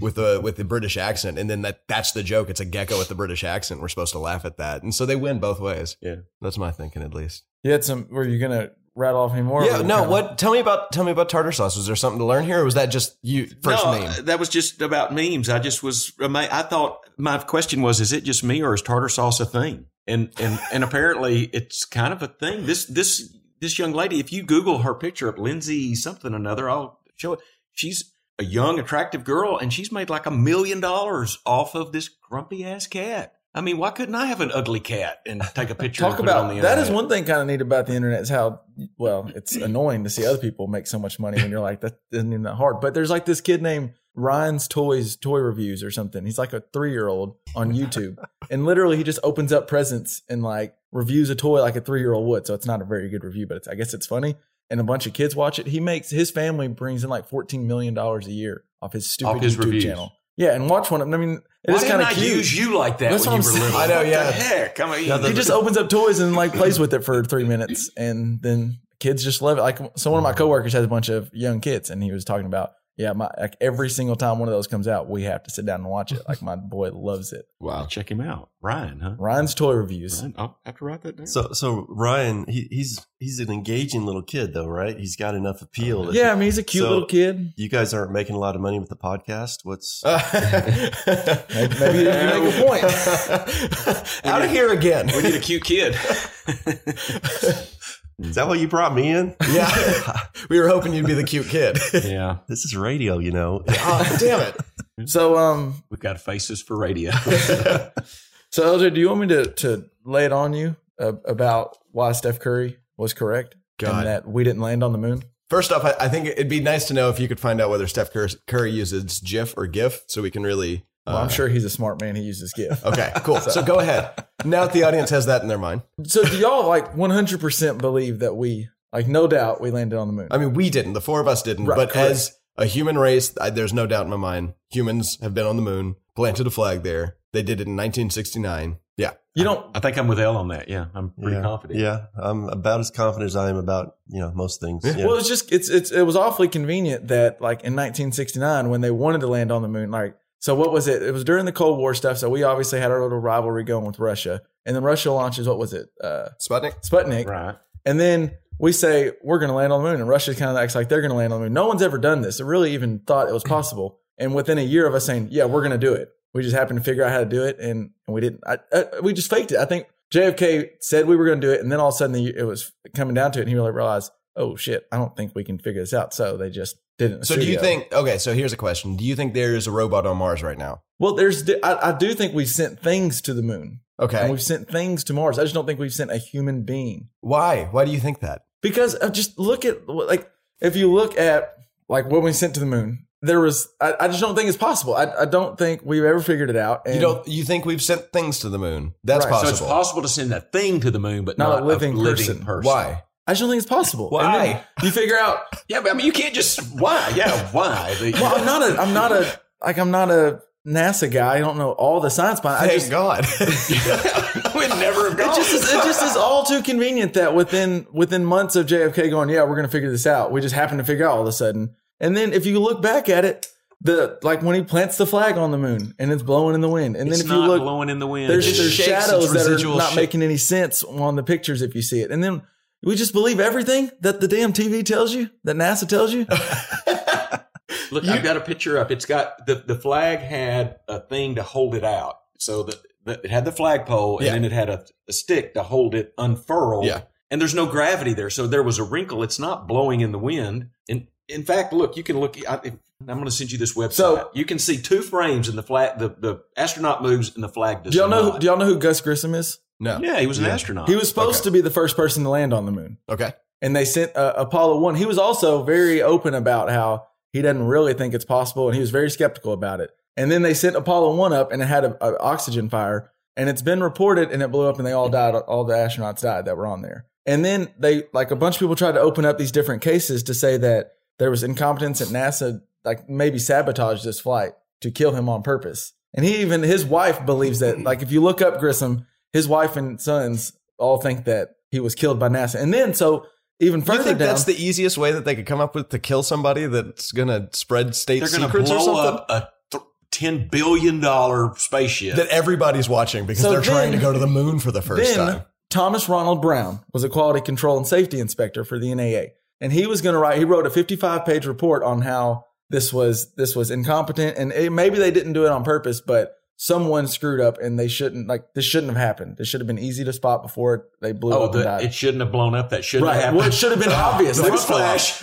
E: With a with the British accent, and then that that's the joke. It's a gecko with the British accent. We're supposed to laugh at that, and so they win both ways.
D: Yeah.
E: that's my thinking at least.
B: You had some. Were you gonna rattle off any more?
E: Yeah,
B: Or-
E: no. What? Tell me about tell me about tartar sauce. Was there something to learn here, or was that just you first
D: no,
E: name?
D: uh, That was just about memes. I just was. ama- I thought my question was: Is it just me, or is tartar sauce a thing? And and and apparently, it's kind of a thing. This this this young lady. If you Google her picture of Lindsay something or another, I'll show it. She's a young, attractive girl, and she's made like a million dollars off of this grumpy ass cat. I mean, why couldn't I have an ugly cat and take a picture?
B: Talk
D: and put it on
B: about
D: the
B: that
D: internet?
B: is one thing kind of neat about the internet is how well it's annoying to see other people make so much money when you're like that isn't even that hard. But there's like this kid named Ryan's Toys Toy Reviews or something. He's like a three year old on YouTube, and literally he just opens up presents and like reviews a toy like a three year old would. So it's not a very good review, but it's, I guess it's funny. And a bunch of kids watch it. He makes his family brings in like fourteen million dollars a year off his stupid
D: Off his
B: YouTube
D: reviews.
B: channel. Yeah, and watch one of them. I mean, it
D: Why
B: is
D: didn't
B: kind of
D: I
B: cute.
D: use you like that
B: That's
D: when you
B: what
D: were
B: I'm
D: little?
B: saying. I know,
D: What
E: yeah.
D: The heck, I mean,
B: he just opens up toys and like plays with it for three minutes, and then kids just love it. Like, so one of my coworkers has a bunch of young kids, and he was talking about, yeah, my like every single time one of those comes out, we have to sit down and watch it. Like my boy loves it.
D: wow. Check him out, Ryan, huh?
B: Ryan's toy reviews.
D: Ryan, I'll have to write that down.
C: So so Ryan, he, he's he's an engaging little kid though, right? He's got enough appeal. that-
B: Yeah, I mean he's a cute
C: So-
B: little kid.
C: You guys aren't making a lot of money with the podcast. What's
B: Uh, Maybe, maybe you make a point.
E: [laughs] Out of
D: [laughs]
E: here again.
D: we need a cute kid.
C: is that? What you brought
B: [laughs]
C: me in?
E: yeah, we were hoping you'd be the cute kid. [laughs]
D: yeah,
C: This is radio, you know.
E: oh, damn it!
B: So, um,
D: we've got faces for radio.
B: so LJ, do you want me to to lay it on you uh, about why Steph Curry was correct
E: God.
B: and that we didn't land on the moon?
E: First off, I, I think it'd be nice to know if you could find out whether Steph Cur- Curry uses GIF or GIF, so we can really.
B: Well, I'm sure he's a smart man. He uses GIF.
E: Okay, cool. so go ahead. Now that the audience has that in their mind,
B: So do y'all like 100% believe that we like no doubt we landed on the moon?
E: I mean, we didn't. The four of us didn't.
B: Right,
E: but
B: correct.
E: as a human race, I, there's no doubt in my mind. Humans have been on the moon, planted a flag there. They did it in 1969. Yeah.
B: you don't
D: I think I'm with Elle on that. Yeah, I'm pretty
C: yeah.
D: confident.
C: Yeah, I'm about as confident as I am about you know most things. Yeah.
B: Well, it's just it's it's it was awfully convenient that like in 1969 when they wanted to land on the moon like so what was it? It was during the Cold War stuff, so we obviously had our little rivalry going with Russia. And then Russia launches what was it? Uh
E: Sputnik?
B: Sputnik.
D: Right.
B: And then we say we're going to land on the moon, and Russia kind of acts like they're going to land on the moon. No one's ever done this. Or really even thought it
E: [laughs]
B: was possible. And within a year of us saying, "Yeah, we're going to do it," we just happened to figure out how to do it, and, and we didn't. I, I, we just faked it. I think JFK said we were going to do it, and then all of a sudden the, it was coming down to it, and he really realized, "Oh shit, I don't think we can figure this out." So they just didn't.
E: So do you think? Okay, so here's a question: Do you think there is a robot on Mars right now?
B: Well, there's. I, I do think we sent things to the moon. And
E: Okay,
B: we've sent things to Mars. I just don't think we've sent a human being
E: why? Why do you think that?
B: because uh, just look at like if you look at like what we sent to the moon, there was. I, I just don't think it's possible. I, I don't think we've ever figured it out. And
E: You don't? You think we've sent things to the moon? That's
B: Right.
D: So
E: possible.
D: it's possible to send a thing to the moon, but
B: Not
D: not,
B: a living
D: living
B: person.
E: Why?
B: I just don't think it's possible.
E: Why?
B: And then you figure out.
D: [laughs] Yeah, but I mean, you can't just why? Yeah, why? The-
B: Well, I'm not a. I'm not a. Like I'm not a NASA guy. I don't know all the science behind. it. I
E: Thank
B: just [laughs]
E: God. [laughs]
D: We'd never have
B: It
D: gone.
B: just is, it just is all too convenient that within within months of JFK going, yeah, we're going to figure this out. We just happen to figure out all of a sudden. And then if you look back at it, the like when he plants the flag on the moon and it's blowing in the wind, and
D: it's
B: then if
D: not
B: you look,
D: blowing in the wind.
B: there's,
E: It
B: there's
E: shakes, it's
B: shadows that are
E: residual
B: not
E: shake.
B: making any sense on the pictures if you see it, and then. We just believe everything that the damn TV tells you, that NASA tells
D: [laughs]
B: you.
D: Look, I've got a picture up. It's got the, the flag had a thing to hold it out. So the, the it had the flagpole and
E: Yeah.
D: then it had a, a stick to hold it unfurled.
E: Yeah.
D: And there's no gravity there. So there was a wrinkle. It's not blowing in the wind. And in fact, look, you can look. I, I'm going to send you this website.
B: So-
D: you can see two frames and the flag, the, the astronaut moves and the flag does
B: Do y'all know?
D: not.
B: Do y'all know who Gus Grissom is?
E: no.
D: yeah, he was an
E: Yeah.
D: astronaut.
B: He was supposed
E: okay.
B: to be the first person to land on the moon.
E: Okay.
B: and they sent uh, Apollo 1. He was also very open about how he doesn't really think it's possible and he was very skeptical about it. And then they sent Apollo 1 up and it had an oxygen fire and it's been reported and it blew up and they all died. All the astronauts died that were on there. And then they, like a bunch of people tried to open up these different cases to say that there was incompetence at NASA, like maybe sabotaged this flight to kill him on purpose. And he even, his wife believes that, like if you look up Grissom, his wife and sons all think that he was killed by NASA. And then, so even
E: You
B: further
E: think
B: down,
E: that's the easiest way that they could come up with to kill somebody that's gonna spread state
D: They're going to
E: secrets or
D: blow
E: something?
D: up a th- $10 billion spaceship.
E: That everybody's watching because
B: So
E: they're trying to
B: then-
E: go to the moon for the first
B: then
E: time.
B: Thomas Ronald Brown was a quality control and safety inspector for the NAA, and he was going to write. He wrote a 55 page report on how this was this was incompetent, and it, maybe they didn't do it on purpose, but someone screwed up, and they shouldn't like this shouldn't have happened. This should have been easy to spot before they blew
D: oh,
B: up. and
D: the,
B: died.
D: it shouldn't have blown up. That shouldn't
B: Right.
D: have happened. Oh,
B: Well,
D: [laughs]
B: it should have been obvious.
D: The
B: Like,
D: flash.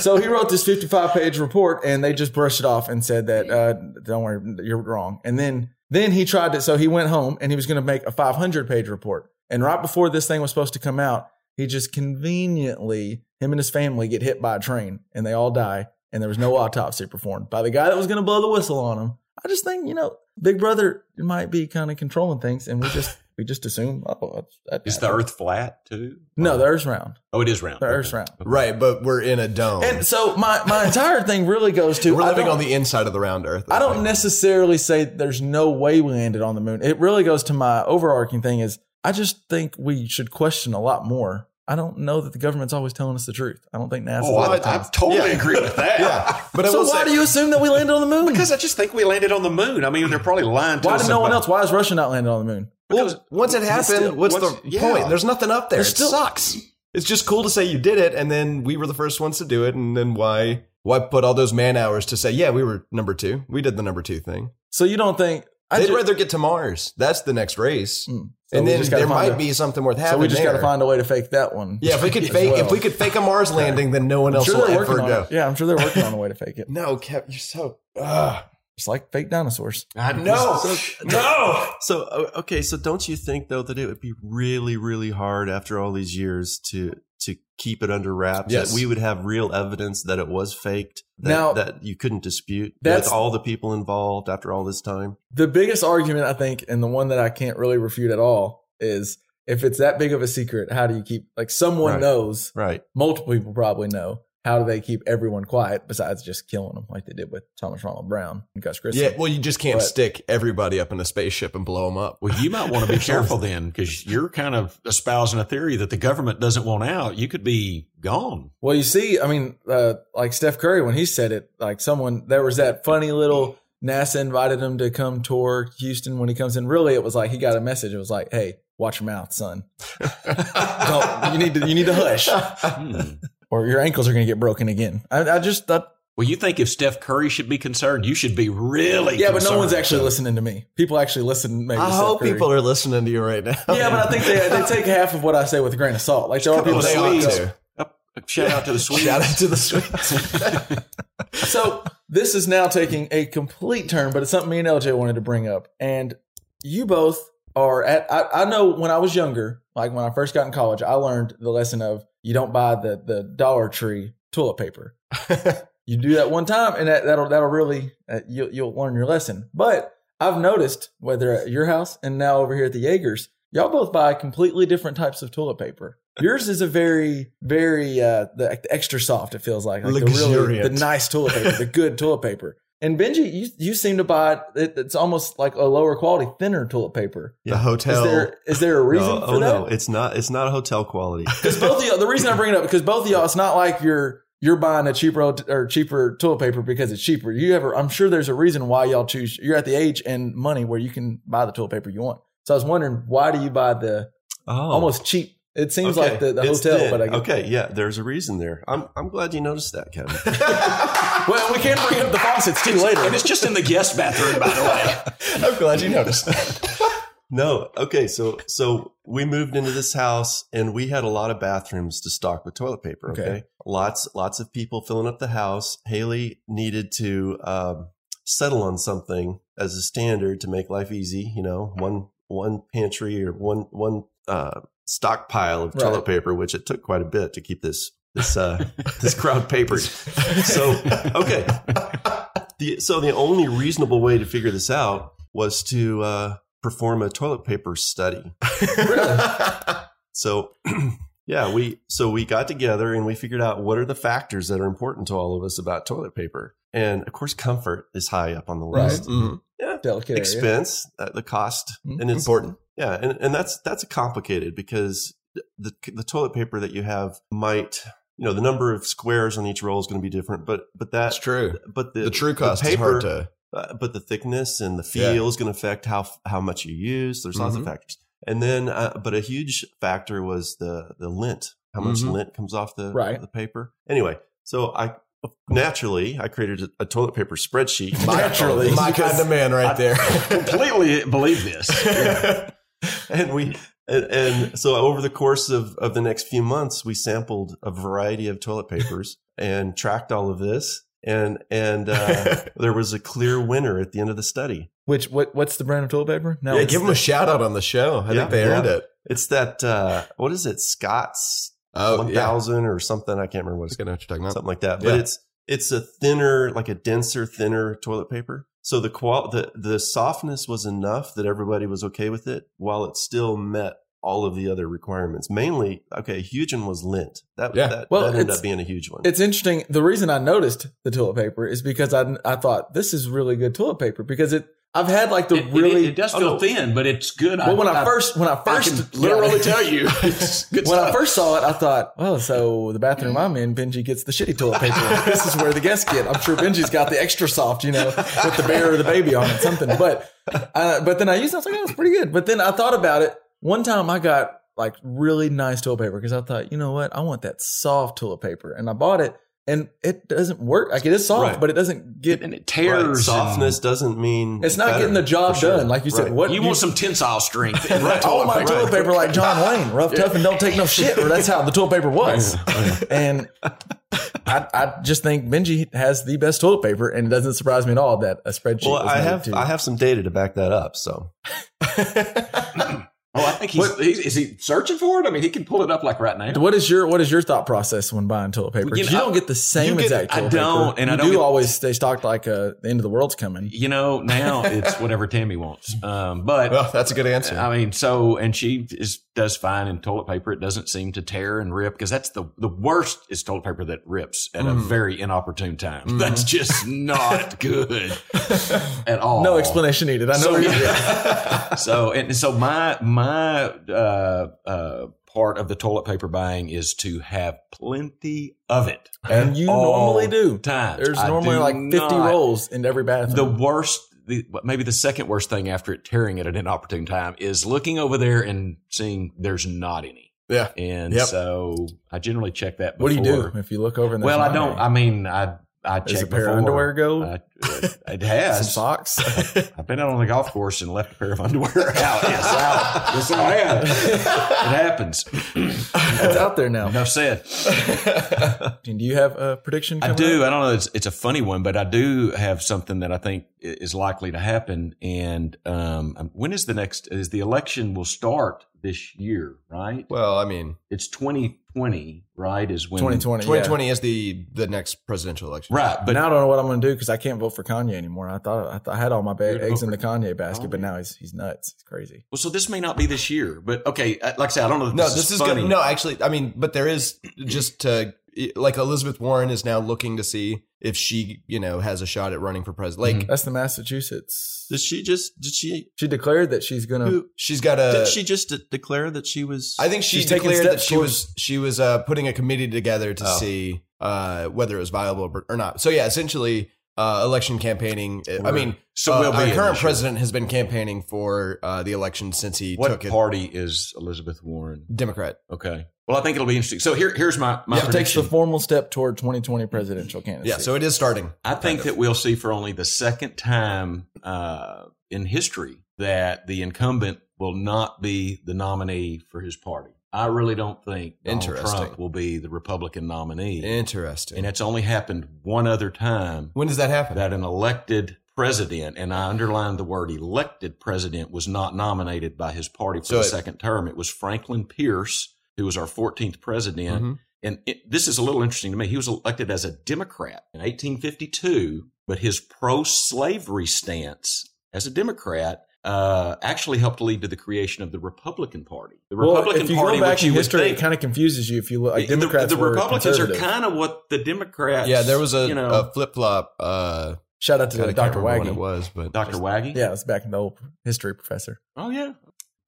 B: so he wrote this 55 page report and they just brushed it off and said that uh, don't worry you're wrong and then then he tried to so he went home and he was going to make a 500 page report and right before this thing was supposed to come out he just conveniently him and his family get hit by a train and they all die and there was no autopsy performed by the guy that was going to blow the whistle on him i just think you know big brother might be kind of controlling things and we just [laughs] we just assume oh that's, that
D: [laughs] Is the Earth flat too?
B: no the earth's round
D: Oh, it is round.
B: the earth's round
E: Right, but we're in a dome.
B: and so my, my entire thing really goes to
E: we're
B: I
E: living
B: don't-
E: on the inside of the round earth.
B: I don't necessarily say there's no way we landed on the moon. It really goes to my overarching thing is I just think we should question a lot more. I don't know that the government's always telling us the truth. I don't think NASA.
D: Oh, I, I totally
E: Yeah.
D: agree
B: [laughs]
D: with that.
E: Yeah. But I
B: so
E: will
B: why
E: say,
B: do you assume that we landed on the moon?
D: Because I just think we landed on the moon. I mean, they're probably lying to
B: why
D: us.
B: did no one
D: about-
B: else? Why is Russia not landed on the moon?
D: Because
E: once it happened,
D: still-
E: what's
D: once-
E: the
D: yeah.
E: point? There's nothing up there. It
B: There's still-
E: sucks. It's just cool to say you did it, and then we were the first ones to do it, and then why why put all those man hours to say, yeah, we were number two. We did the number two thing.
B: So you don't think?
E: They'd
B: ju-
E: rather get to Mars. That's the next race.
B: Mm. So
E: and
B: we
E: then
B: just gotta
E: there
B: find
E: might
B: a-
E: be something worth having.
B: So we just got to
E: there.
B: find a way to fake that one.
E: Yeah, if we
B: [laughs]
E: could
B: as
E: fake
B: well.
E: if we could fake a Mars landing, then no one
B: I'm
E: else
B: sure
E: will
B: they're
E: ever
B: working on
E: know.
B: it. Yeah, I'm sure they're working on a way to fake it.
E: No, Kev, you're so. Ugh.
B: It's like fake dinosaurs.
D: I,
E: No, no.
C: So o- okay, so don't you think though that it would be really, really hard after all these years to to keep it under wraps?
E: Yes.
C: That we would have real evidence that it was faked. That,
B: Now-
C: that you couldn't dispute
B: That's-
C: with all the people involved after all this time.
B: the biggest argument I think, and the one that I can't really refute at all, is if it's that big of a secret, how do you keep like someone
C: Right.
B: knows,
C: Right.
B: multiple people probably know. How do they keep everyone quiet besides just killing them like they did with Thomas Ronald Brown and Gus Grissom?
E: Yeah, well, you just can't
B: But-
E: stick everybody up in a spaceship and blow them up.
D: Well, you might
B: [laughs]
D: want to be careful then, because you're kind of espousing a theory that the government doesn't want out. You could be
B: [laughs]
D: gone.
B: Well, you see, I mean, uh, like Steph Curry when he said it, like someone there was that funny little NASA invited him to come tour Houston when he comes in. Really, it was like he got a message. It was like, "Hey, watch your mouth, son. Don't, you need to you need to hush,
E: [laughs]
D: Hmm.
B: or your ankles are going to get broken again." I, I just thought,
D: Well, you think if Steph Curry should be concerned, you should be really
B: yeah, but no
D: concerned.
B: one's actually listening to me. People actually listen. Maybe
E: I
B: to Steph
E: hope
B: Curry.
E: people are listening to you right now.
B: Yeah, but I
E: [laughs]
B: think they, they take half of what I say with a grain of salt. Like there are
D: Come
B: people
D: on,
B: that
E: they
D: Swedes.
E: ought
B: listen-
E: to.
B: [laughs]
D: Shout out to the Swedes.
E: Shout out to the Swedes.
B: so this is now taking a complete turn, but it's something me and LJ wanted to bring up. And you both are at I, I know when I was younger, like when I first got in college, I learned the lesson of you don't buy the the Dollar Tree toilet paper. you do that one time, and that, that'll that'll really uh, you'll you'll learn your lesson. But I've noticed whether at your house and now over here at the Jaegers, y'all both buy completely different types of toilet paper. Yours is a very, very uh, the, the extra soft. It feels like, like the really the
E: Luxuriant.
B: nice toilet paper, the good toilet paper. And Benji, you you seem to buy it, it's almost like a lower quality, thinner toilet paper.
E: The hotel.
B: Is there is there a reason
C: No,
B: for
C: oh
B: that?
C: no, it's not. It's not hotel quality.
B: Because both of y'all, the reason I bring it up because both of y'all, it's not like you're you're buying a cheaper hot- or cheaper toilet paper because it's cheaper. You ever, I'm sure there's a reason why y'all choose. You're at the age and money where you can buy the toilet paper you want. So I was wondering why do you buy the
C: Oh,
E: [laughs]
B: almost cheap? It seems
C: Okay,
B: like the, the
C: it's
B: hotel,
C: thin.
B: but I guess.
C: okay, yeah, there's a reason there. I'm I'm glad you noticed that, Kevin.
B: Well, we can bring up the faucets too later.
D: and it's just in the guest bathroom, by
B: [laughs]
D: the way.
E: I'm glad you noticed.
C: no, okay, so so we moved into this house and we had a lot of bathrooms to stock with toilet paper. Okay,
B: Okay.
C: lots lots of people filling up the house. Haley needed to um, settle on something as a standard to make life easy. You know, one one pantry or one one uh, stockpile of toilet
B: Right.
C: paper, which it took quite a bit to keep this
B: [laughs]
C: this uh, this crowd papered. So okay, the, so the only reasonable way to figure this out was to uh, perform a toilet paper study.
B: [laughs]
C: [laughs] So [clears throat] yeah, we so we got together and we figured out what are the factors that are important to all of us about toilet paper. And of course, comfort is high up on the
B: Right.
C: list.
E: Mhm.
B: Delicate area.
C: Expense, uh, the cost,
B: Mm,
C: and it's
E: Important.
C: yeah, and, and that's that's complicated because the the toilet paper that you have might you know the number of squares on each roll is going to be different, but but that
E: That's true.
C: but the,
E: The true cost is hard to.
C: uh, but the thickness and the
E: Yeah.
C: feel is going to affect how how much you use. There's lots
E: Mhm.
C: of factors, and then uh, but a huge factor was the the lint, how much
E: Mhm.
C: lint comes off the
B: Right.
C: the paper. Anyway, so I naturally I created a, a toilet paper
B: [laughs]
C: spreadsheet.
B: Naturally.
E: my kind of man
B: [laughs]
E: right there. [laughs]
D: Completely believe this.
C: [laughs] and we and, and so over the course of, of the next few months we sampled a variety of toilet papers and tracked all of this and and
E: [laughs]
C: uh, there was a clear winner at the end of the study
B: Which what what's the brand of toilet paper? No,
E: yeah,
B: it's
E: give them a shout out on the show. I
C: Yeah,
E: think they earned
C: yeah.
E: it.
C: it's that uh, what is it scott's
E: Oh,
C: 1000 or something i can't remember what
E: I was
C: it's
E: gonna know what you're talking
C: something like that but
E: Yeah.
C: it's it's a thinner like a denser thinner toilet paper so the qual the the softness was enough that everybody was okay with it while it still met all of the other requirements mainly okay a huge one was lint that
E: Yeah.
C: that,
B: Well,
C: that ended
B: it's-
C: up being a huge one
B: It's interesting. The reason I noticed the toilet paper is because I I thought this is really good toilet paper because it I've had like the
D: It, it-
B: really
D: it, does feel
C: oh, no.
D: thin, but it's good.
B: well when I, first when I
D: I
B: first
D: can literally
B: yeah.
D: tell you, [laughs] it's good
B: when I
D: stuff.
B: first saw it I thought well so the bathroom I'm in Benji gets the shitty toilet paper this is where the guests get I'm sure Benji's got the extra soft you know with the bear or the baby on it something but uh, but then I used it I was like oh it's pretty good but then I thought about it one time I got like really nice toilet paper because I thought you know what I want that soft toilet paper and I bought it. And it doesn't work. Like it is soft,
C: Right.
B: but it doesn't get
D: and it
C: Right,
D: tears and-
C: softness doesn't mean
B: It's not
C: better,
B: getting the job
C: for sure.
B: done, like you said.
C: Right.
B: What
D: You want some tensile strength.
B: [laughs]
D: in that
C: Right.
B: I want my
C: Right.
B: toilet paper like John Wayne, rough, tough, and don't take no shit. Or that's how the toilet paper
D: [laughs]
B: was. and I, I just think Benji has the best toilet paper, and it doesn't surprise me at all that a spreadsheet.
C: well
B: was
C: i
B: made
C: have
B: to-
C: i have some data to back that up so
D: Oh, I think he's, he's is he searching for it? I mean, he can pull it up like right now.
B: What is your What is your thought process when buying toilet paper? 'Cause
D: You
B: You,
D: know,
B: don't get the same
D: get-
B: exact.
D: I
B: Toilet
D: don't,
B: paper.
D: and I
B: You
D: don't
B: do
D: get-
B: always stay stocked like uh, the end of the world's
D: [laughs]
B: coming.
D: You know, now it's whatever Tammy wants. Um, but
E: Well, that's a good answer.
D: I mean, so and she is does fine in toilet paper. It doesn't seem to tear and rip because that's the the worst is toilet paper that rips at a
B: Mm.
D: very inopportune time.
B: Mm-hmm.
D: That's just
B: [laughs]
D: not good at all.
B: No explanation needed. I know.
D: [laughs] So,
B: you're-
D: yeah. so and so my my uh, uh, part of the toilet paper buying is to have plenty of it.
B: And you normally do.
D: Times.
B: There's
D: I
B: normally
D: do
B: like 50
D: not-
B: rolls in every
D: The
B: bathroom.
D: worst, the, maybe the second worst thing after it tearing it at an opportune time is looking over there and seeing there's not any.
E: Yeah.
D: And
E: Yep.
D: so I generally check that. Before.
B: what do you do if you look over and there's
D: Well, I
B: not
D: don't.
B: any?
D: I mean, I I
B: Does
D: check
B: a pair
D: before.
B: of underwear go?
D: I,
B: [laughs] Some
D: it has.
B: socks?
D: [laughs] I've been out on the golf course and left a pair of underwear [laughs] out. Yes, I, yes, I have. It happens.
E: [laughs]
B: That's out there now.
D: Enough said.
B: And do you have a prediction?
D: I
B: coming
D: do.
B: up?
D: I don't know. It's, it's a funny one, but I do have something that I think i- is likely to happen. And um, um, when is the next? Is the election will start this year? Right.
E: Well, I mean,
D: It's twenty twenty. Right. Is when
B: 2020.
E: 2020 is the the next presidential election.
D: Right.
B: But
D: But
B: now I don't know what I'm going to do because I can't vote for Kanye anymore. I thought I, thought I had all my ba-
D: You'd
B: eggs
D: vote
B: in the Kanye basket, but
D: Kanye.
B: now he's he's nuts. He's crazy.
D: well, so this may not be this year. But okay, I- like I said, I don't know. If
E: No,
D: this,
E: this is
D: funny.
E: good. No, actually, I mean, but there is just to like Elizabeth Warren is now looking to see if she, you know, has a shot at running for president. Like
B: That's the Massachusetts.
C: Did she just? Did she?
B: She declared that she's going to.
C: Who,
E: she's got
B: Uh,
E: a.
C: did she just de- declare that she was?
E: I think she
B: She's taking
E: declared that
B: steps
E: she was she was uh, putting a committee together to
C: Oh.
E: see uh, whether it was viable or not. So yeah, essentially, uh, election campaigning. I
D: Word.
E: mean,
D: So
E: uh,
D: we'll be
E: our
D: in
E: current
D: this year.
E: president has been campaigning for uh, the election since he
D: What
E: took it.
D: party is Elizabeth Warren?
E: Democrat.
D: Okay. Well, I think it'll be interesting. So here, here's my my
B: She takes
D: prediction.
B: the formal step toward 2020 presidential candidacy.
E: Yeah, so it is starting.
D: I think that we'll see for only the second time uh, in history that the incumbent will not be the nominee for his party. I really don't think Donald
E: Interesting.
D: Trump will be the Republican nominee, and
E: Interesting.
D: it's only happened one other time
E: When does that happen?
D: that an elected president, and I underline the word elected president, was not nominated by his party for
E: So
D: the
E: it-
D: second term. It was Franklin Pierce, who was our 14th president.
B: Mm-hmm.
E: Mhm.
D: And it, this is a little interesting to me. He was elected as a Democrat in 1852, but his pro slavery stance as a Democrat uh, actually helped lead to the creation of the Republican Party. The
B: Well,
D: Republican
B: if you
D: Party,
B: go back
D: which
B: in
D: you would
B: history,
D: think,
B: it kind of confuses you if you look. Like
D: the-
B: Democrats
D: the,
B: were
D: Republicans are
B: conservative.
D: kind of what the Democrats.
E: yeah, there was a,
D: you know,
E: a flip flop. Uh,
B: Shout out to
E: kinda can't
B: Dr.
E: remember
B: Waggy.
E: when it was, but
D: Dr. Waggy.
B: Yeah, it's back in the old history professor.
D: Oh yeah.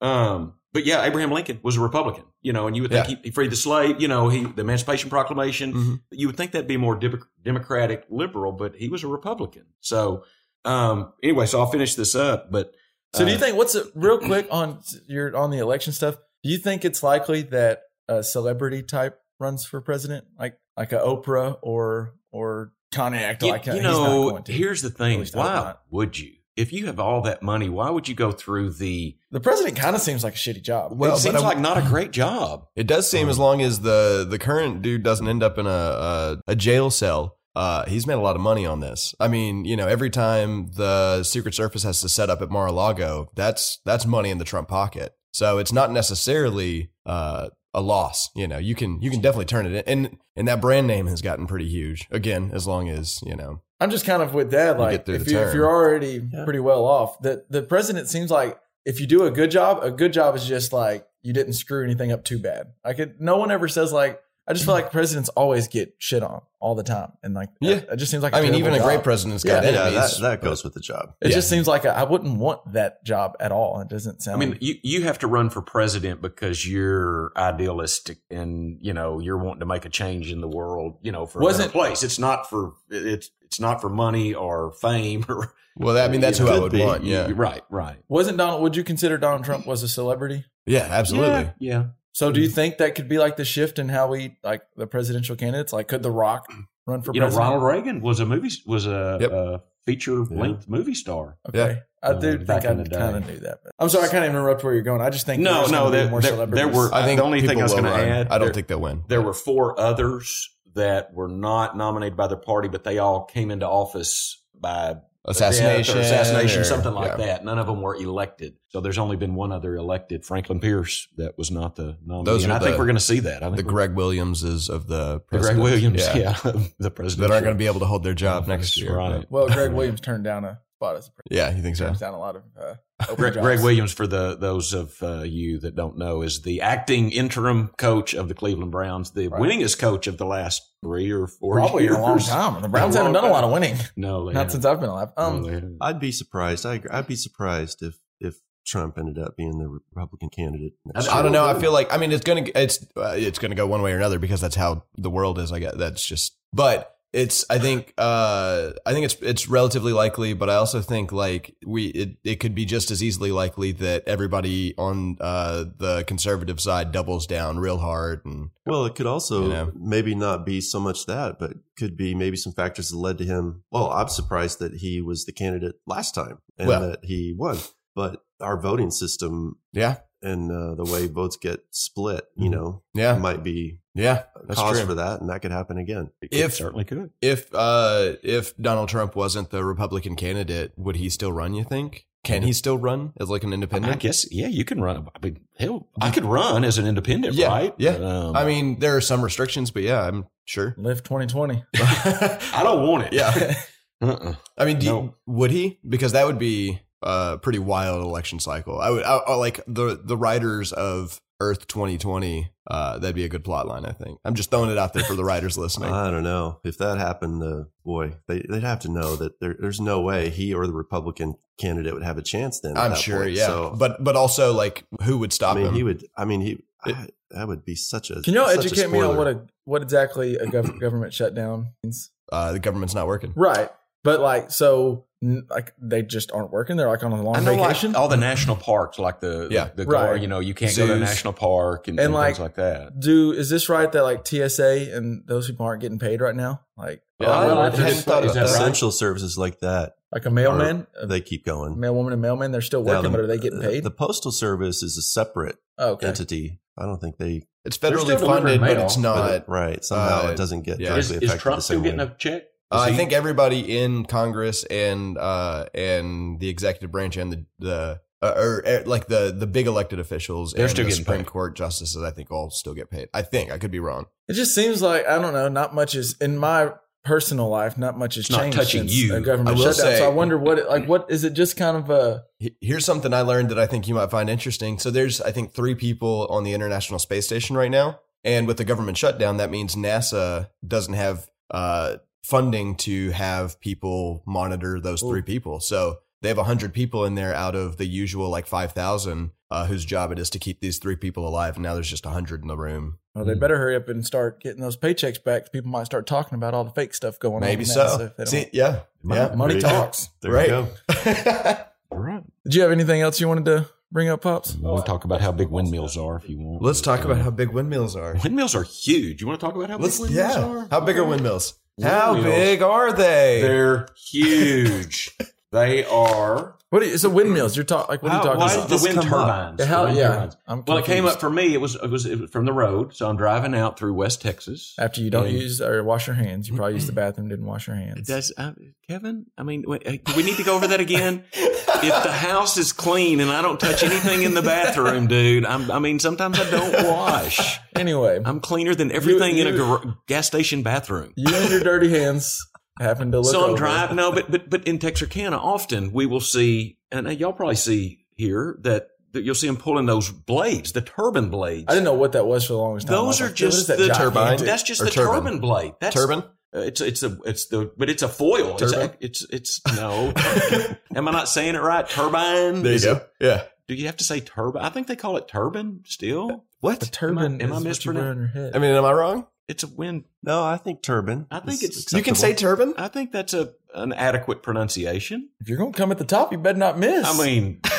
D: Um, but yeah, Abraham Lincoln was a Republican, you know, and you would think
E: Yeah.
D: he, he freed the slave, you know, he the Emancipation Proclamation.
B: Mm-hmm.
E: Mhm.
D: You would think that'd be more demo- democratic, liberal, but he was a Republican. So um, anyway, so I'll finish this up. But
B: So, do you
D: uh,
B: think what's it, real quick on your on the election stuff? Do you think it's likely that a celebrity type runs for president, like like a Oprah or or Connie Actor?
D: you,
B: like
D: you
B: he's not
D: know?
B: going to.
D: Here's the thing:
B: least I hope
D: Why
B: not.
D: would you? If you have all that money, why would you go through the?
B: the president kind of seems like a shitty job.
E: Well,
D: it
E: but
D: seems
E: I'm-
D: like not a great job.
E: it does seem as long as the the current dude doesn't end up in a a, a jail cell. Uh, he's made a lot of money on this. I mean, you know, every time the Secret Service has to set up at Mar-a-Lago, that's that's money in the Trump pocket. So it's not necessarily uh, a loss. You know, you can you can definitely turn it in, and and that brand name has gotten pretty huge. Again, as long as you know,
B: I'm just kind of with that.
E: You
B: Like,
E: get through
B: if,
E: the
B: you, if
E: term.
B: you're already
C: Yeah.
B: pretty well off, the the president seems like if you do a good job, a good job is just like you didn't screw anything up too bad. Like, it, no one ever says like. I
E: [clears throat]
B: just feel like presidents always get shit on all the time, and like,
E: Yeah.
B: it, it just seems like. I
E: I mean, even a great president's got
B: Yeah,
C: yeah, that,
E: enemies.
C: that goes with the job.
B: It
E: Yeah.
B: just seems like I I wouldn't want that job at all. It doesn't
D: I
B: sound.
D: mean, you, you have to run for president because you're idealistic and you know you're wanting to make a change in the world. You know, for
B: Wasn't-
D: a better place. It's not for it's it's not for money or fame [laughs] or
E: Well, I mean, that's who I
C: Could
E: would
C: be.
E: want. Yeah,
D: right, right,
B: wasn't Donald? Would you consider Donald Trump was a celebrity?
E: yeah, absolutely.
D: yeah.
B: So, do you
D: Mm.
B: think that could be like the shift in how we like the presidential candidates? Like, could The Rock run for
D: You know,
B: president?
D: Ronald Reagan was a movie was a,
E: Yep.
D: a feature length movie star.
B: okay, I do
D: Uh,
B: think I
D: back in the day.
B: kind of knew that. But I'm sorry, I kind of interrupt where you're going. I just think
D: No,
B: there's
D: no,
B: gonna be
D: there-
B: more
D: there-
B: celebrities.
D: there were-
E: I think
D: The only thing
E: people
D: I was
E: will
D: gonna
E: run.
D: add-
E: I don't
D: there-
E: think they'll win.
D: There were four others that were not nominated by their party, but they all came into office by
E: assassination,
D: death or assassination,
E: or-
D: something like
E: yeah.
D: that. None of them were elected. So there's only been one other elected, Franklin Pierce, that was not the nominee.
E: Those
D: and
E: are
D: I think
E: the-
D: we're going to see that. I think
E: The
D: we're-
E: Greg Williamses of the
D: the Greg
E: presidents.
D: Williams, yeah, [laughs] the president
E: that aren't going to be able to hold their job next year.
D: Right.
B: well,
D: [laughs]
B: Greg Williams turned down a spot as a president.
E: Yeah, you think so?
B: Turns down a lot of uh, open
D: Greg,
B: jobs.
D: Greg Williams, for the those of uh, you that don't know, is the acting interim coach of the Cleveland Browns, the
B: Right.
D: winningest coach of the last three or four
B: Probably in
D: years.
B: a long time. The
D: [laughs]
B: Browns haven't done a lot of winning.
D: No, they
B: Not since I've been alive. Um,
D: haven't. No, they haven't.
C: I'd be surprised. I agree. I'd be surprised if if Trump ended up being the Republican candidate. next
E: I, I
C: year.
E: don't know. I feel like I mean it's gonna it's uh, it's gonna go one way or another because that's how the world is. I guess that's just. But it's I think uh I think it's it's relatively likely, but I also think like we it, it could be just as easily likely that everybody on uh the conservative side doubles down real hard and
C: Well, it could also
E: You know.
C: maybe not be so much that, but could be maybe some factors that led to him. Well, I'm surprised that he was the candidate last time and
E: Well-
C: that he won. But our voting system
E: yeah
C: and uh, the way votes get split, you know,
E: Mm-hmm. yeah
C: might be
E: yeah
C: a
E: that's
C: cause
E: true.
C: for that, and that could happen again.
E: If-
D: certainly could.
E: if uh if Donald Trump wasn't the Republican candidate, would he still run? You think? Can he still run as like an
D: I
E: independent?
D: guess, yeah, you can run. I mean, hell, I could run as an independent,
E: Yeah,
D: right?
E: yeah.
D: But, um,
E: I mean, there are some restrictions, but yeah, I'm
B: [laughs]
E: sure. [laughs]
B: Live 2020.
D: I don't want it. [laughs]
E: Yeah.
D: Uh-uh.
E: I mean, do you,
D: No.
E: would he? Because that would be a pretty wild election cycle. I would I, I like the the writers of Earth 2020. Uh, that'd be a good plot line. I think I'm just throwing it out there for
D: [laughs]
E: the writers listening.
D: Uh,
C: I don't know if that happened. Uh, boy, they, they'd have to know that there, there's no way he or the Republican candidate would have a chance. Then at
E: I'm
C: that
E: sure,
C: point.
E: yeah.
C: So,
E: but but also like, who would
C: I
E: stop
C: mean,
E: him?
C: he would. I mean, he. I, that would be such a.
B: Can y'all
C: such a
B: educate me on
C: spoiler.
B: what a what exactly a gov- government shutdown means?
E: uh, the government's not working.
B: Right, but like so, n- like they just aren't working. They're like on a long
D: I know, like,
B: vacation.
D: all the national parks, like the
E: Yeah.
D: the
B: Right.
D: guard, you know, you can't go to a
E: Zoos.
D: national park and,
B: And,
D: and
B: like,
D: things like that.
B: Do is this right that like TSA and those people aren't getting paid right now? Like
D: Yeah, I
C: well,
D: don't know
C: I
D: if
C: hadn't
D: it's-
C: thought
D: is
C: of
D: that right?
C: essential services like that.
B: like a mailman, a
C: They keep going.
B: mailwoman, and mailman. They're still
C: Now,
B: Uh, working, but are they getting paid?
C: The postal service is a separate
B: oh, okay,
C: entity. I don't think they.
E: It's
D: They're
E: federally
D: still delivering
E: funded, but
D: mail,
E: it's
C: but
E: not.
C: it- right. Somehow
E: uh,
C: it doesn't get
E: yeah.
C: directly
D: Is,
C: affected
D: is Trump
C: the
D: still
C: same
D: getting
C: way.
D: a check? Is
E: Uh, I
D: he-
E: think everybody in Congress and uh, and the executive branch and the the uh, or uh, like the the big elected officials
D: They're
E: and
D: still
E: the
D: getting
E: Supreme
D: paid.
E: Court justices, I think, all still get paid. I think I could be wrong.
B: It just seems like I don't know. Not much is in my personal life. Not much has
D: It's not
B: changed
D: touching
B: since
D: you.
B: a
E: I
B: government
E: will
B: shutdown.
E: say-
B: so I wonder what it, like what is it? Just kind of a
E: He- Here's something I learned that I think you might find interesting. So there's I think three people on the International Space Station right now, and with the government shutdown, that means NASA doesn't have uh, funding to have people monitor those three
B: Ooh.
E: people. So they have hundred people in there out of the usual like five thousand, uh, whose job it is to keep these three people alive. And now there's just hundred in the room.
B: well, Oh, they better hurry up and start getting those paychecks back. People might start talking about all the fake stuff going
E: Maybe
B: on. now,
E: so.
B: if they don't-
E: See, yeah, yeah.
B: money
C: There you go.
B: talks.
C: There
E: Right.
C: you go.
D: Right.
B: Did you have anything else you wanted to bring up, pops?
D: We'll talk about how big windmills are if you want.
E: [laughs]
D: uh,
E: Let's talk about how big windmills are.
D: windmills are huge. You want to talk about how
E: Let's
D: big windmills
E: yeah.
D: are?
E: How big are windmills? How
D: Windmills.
E: big are they?
D: They're huge. [laughs] they are.
B: What do you, so windmills? You're talking like what are you
C: How-
B: talking
C: why
B: about?
C: did this come up?
B: Yeah, how-
D: The wind
B: yeah.
D: turbines.
B: I'm
D: Well, it came
B: confused.
D: up for me. It was it was, it was from the road, so I'm driving out through West Texas.
B: After you don't
D: Yeah.
B: use or wash your hands, you probably used the bathroom, didn't wash your hands.
D: Does uh, Kevin? I mean, wait, uh, do we need to go over that again? if the house is clean and I don't touch anything in the bathroom, dude, I'm, I mean, sometimes I don't wash.
B: anyway,
D: I'm cleaner than everything in a
B: you-
D: gar- gas station bathroom.
B: you and your dirty hands happen to look.
D: So I'm
B: over.
D: driving. No, but but but in Texarkana, often we will see, and uh, y'all probably see here that, that you'll see them pulling those blades, the turbine blades.
B: I didn't know what that was for the longest time. I was
D: Those are
B: like, "Dude, what
D: just
B: is
D: the
B: that
E: turbine?
B: gigantic?"
D: That's just
E: Or
D: the
E: turbine.
D: turbine, blade. That's
E: Turban.
D: Uh, it's it's a it's the but it's a foil. It's
E: Turbine?
D: a, it's it's no. [laughs] Am I not saying it right? Turbine.
E: There you
D: Is
E: go.
D: it-
E: yeah.
D: do you have to say turbine? I think they call it turbine still.
B: The
E: What?
B: turban
D: Am I- am I
B: is what you wear on your head.
E: I mean, am I wrong?
D: It's a wind.
C: No, I think turban.
D: I think
C: is
D: it's-
E: You can
C: acceptable.
E: say turban.
D: I think that's a an adequate pronunciation.
B: if you're gonna come at the top, you better not miss.
D: I mean, uh,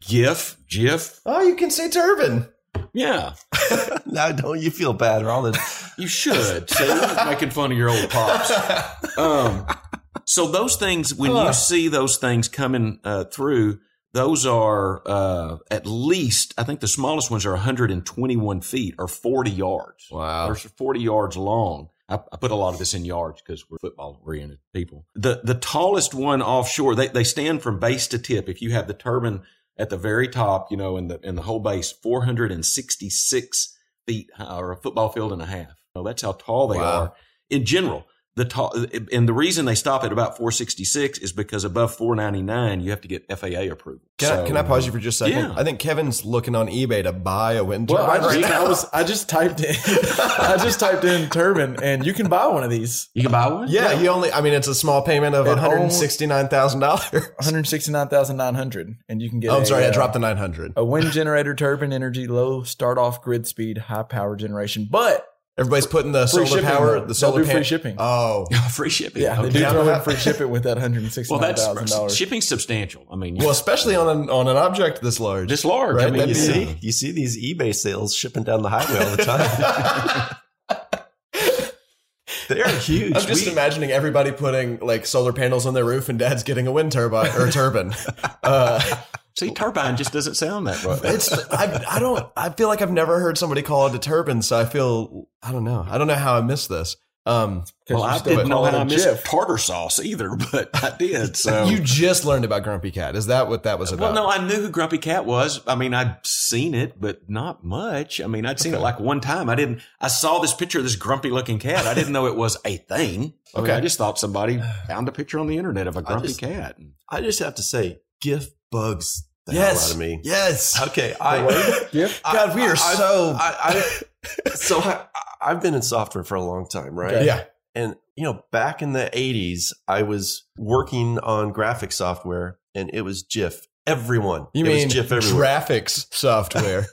D: GIF, GIF.
E: Oh, you can say turban.
D: Yeah,
C: [laughs] Now, don't you feel bad for all this?
D: you should. So you're making fun of your old pops. Um, so those things, when
E: Huh.
D: you see those things coming uh, through, those are uh, at least, I think the smallest ones are 121 feet or 40 yards.
E: Wow.
D: They're 40 yards long. I, I put a lot of this in yards because we're football oriented people. The the tallest one offshore, they, they stand from base to tip. If you have the turbine at the very top, you know, and the and the whole base, 466 feet high, or a football field and a half. So that's how tall they
E: Wow.
D: are in general. the ta- and the reason they stop at about 466 is because above 499 you have to get FAA approval.
E: Can, I,
D: So- [laughs]
E: can I pause you for just a second?
D: Yeah.
E: I think Kevin's looking on eBay to buy a wind
B: Well, I
E: turbine
B: just,
E: right now.
B: I was I just typed in [laughs] I just typed in turbine and you can buy one of these.
D: You can buy one.
E: yeah, you only. I mean, it's a small payment of
B: It
E: one hundred sixty-nine thousand dollars. [laughs]
B: One hundred sixty nine thousand nine hundred, and you can
D: Oh,
B: get.
E: I'm sorry,
B: I
E: I dropped the nine hundred.
B: a wind generator, turbine energy, low start off grid speed, high power generation. But
E: Everybody's putting the
B: free
E: solar
B: shipping,
E: power,
B: though.
E: the solar
B: They'll do free
E: pan-
B: shipping.
E: Oh,
D: free shipping.
B: yeah, they
D: Okay.
B: do
E: Yeah.
B: throw in free shipping with that one hundred
D: Well,
B: sixty nine
D: that's
B: thousand
D: [laughs]
B: dollars.
D: shipping's substantial. I mean,
E: well, especially on an on an object this large.
D: this large.
E: Right,
D: I mean,
E: that'd
C: You
D: you see,
E: be-
C: see,
D: [laughs]
C: you see these eBay sales shipping down the highway all the time. They're huge.
E: I'm just
C: We-
E: imagining everybody putting like solar panels on their roof, and Dad's getting a wind turbine or
B: [laughs]
E: a turbine. Uh,
D: see, turbine just doesn't sound that right.
E: it's I, I don't I feel like I've never heard somebody call it a turbine, so I feel I don't know I don't know how I missed this. Um,
D: Well, I
B: still
D: didn't know
B: call it
D: how
B: a
D: I missed
B: GIF.
D: tartar sauce either, [laughs] but I did. So
E: [laughs] you just learned about Grumpy Cat. Is that what that was
D: Oh. Well,
E: about?
D: no, I knew who Grumpy Cat was. I mean, I'd seen it, but not much. I mean, I'd seen it like one time. I didn't. I saw this picture of this grumpy looking cat. I didn't know it was a thing. I mean,
E: Okay.
D: I just thought somebody found a picture on the internet of a grumpy
C: just-
D: cat.
C: I just have to say, GIF bugs the
E: yes,
C: hell out of me.
E: yes.
C: Okay, I,
B: GIF?
C: I-
E: God, we are
C: I-
E: so
C: I,
E: [laughs]
C: I, so I, I've been in software for a long time, right?
B: Okay.
E: yeah.
C: And you know, back in the '80s, I was working on graphic software, and it was GIF. Everyone,
E: You
C: it
E: mean
C: was GIF everywhere.
E: graphics software?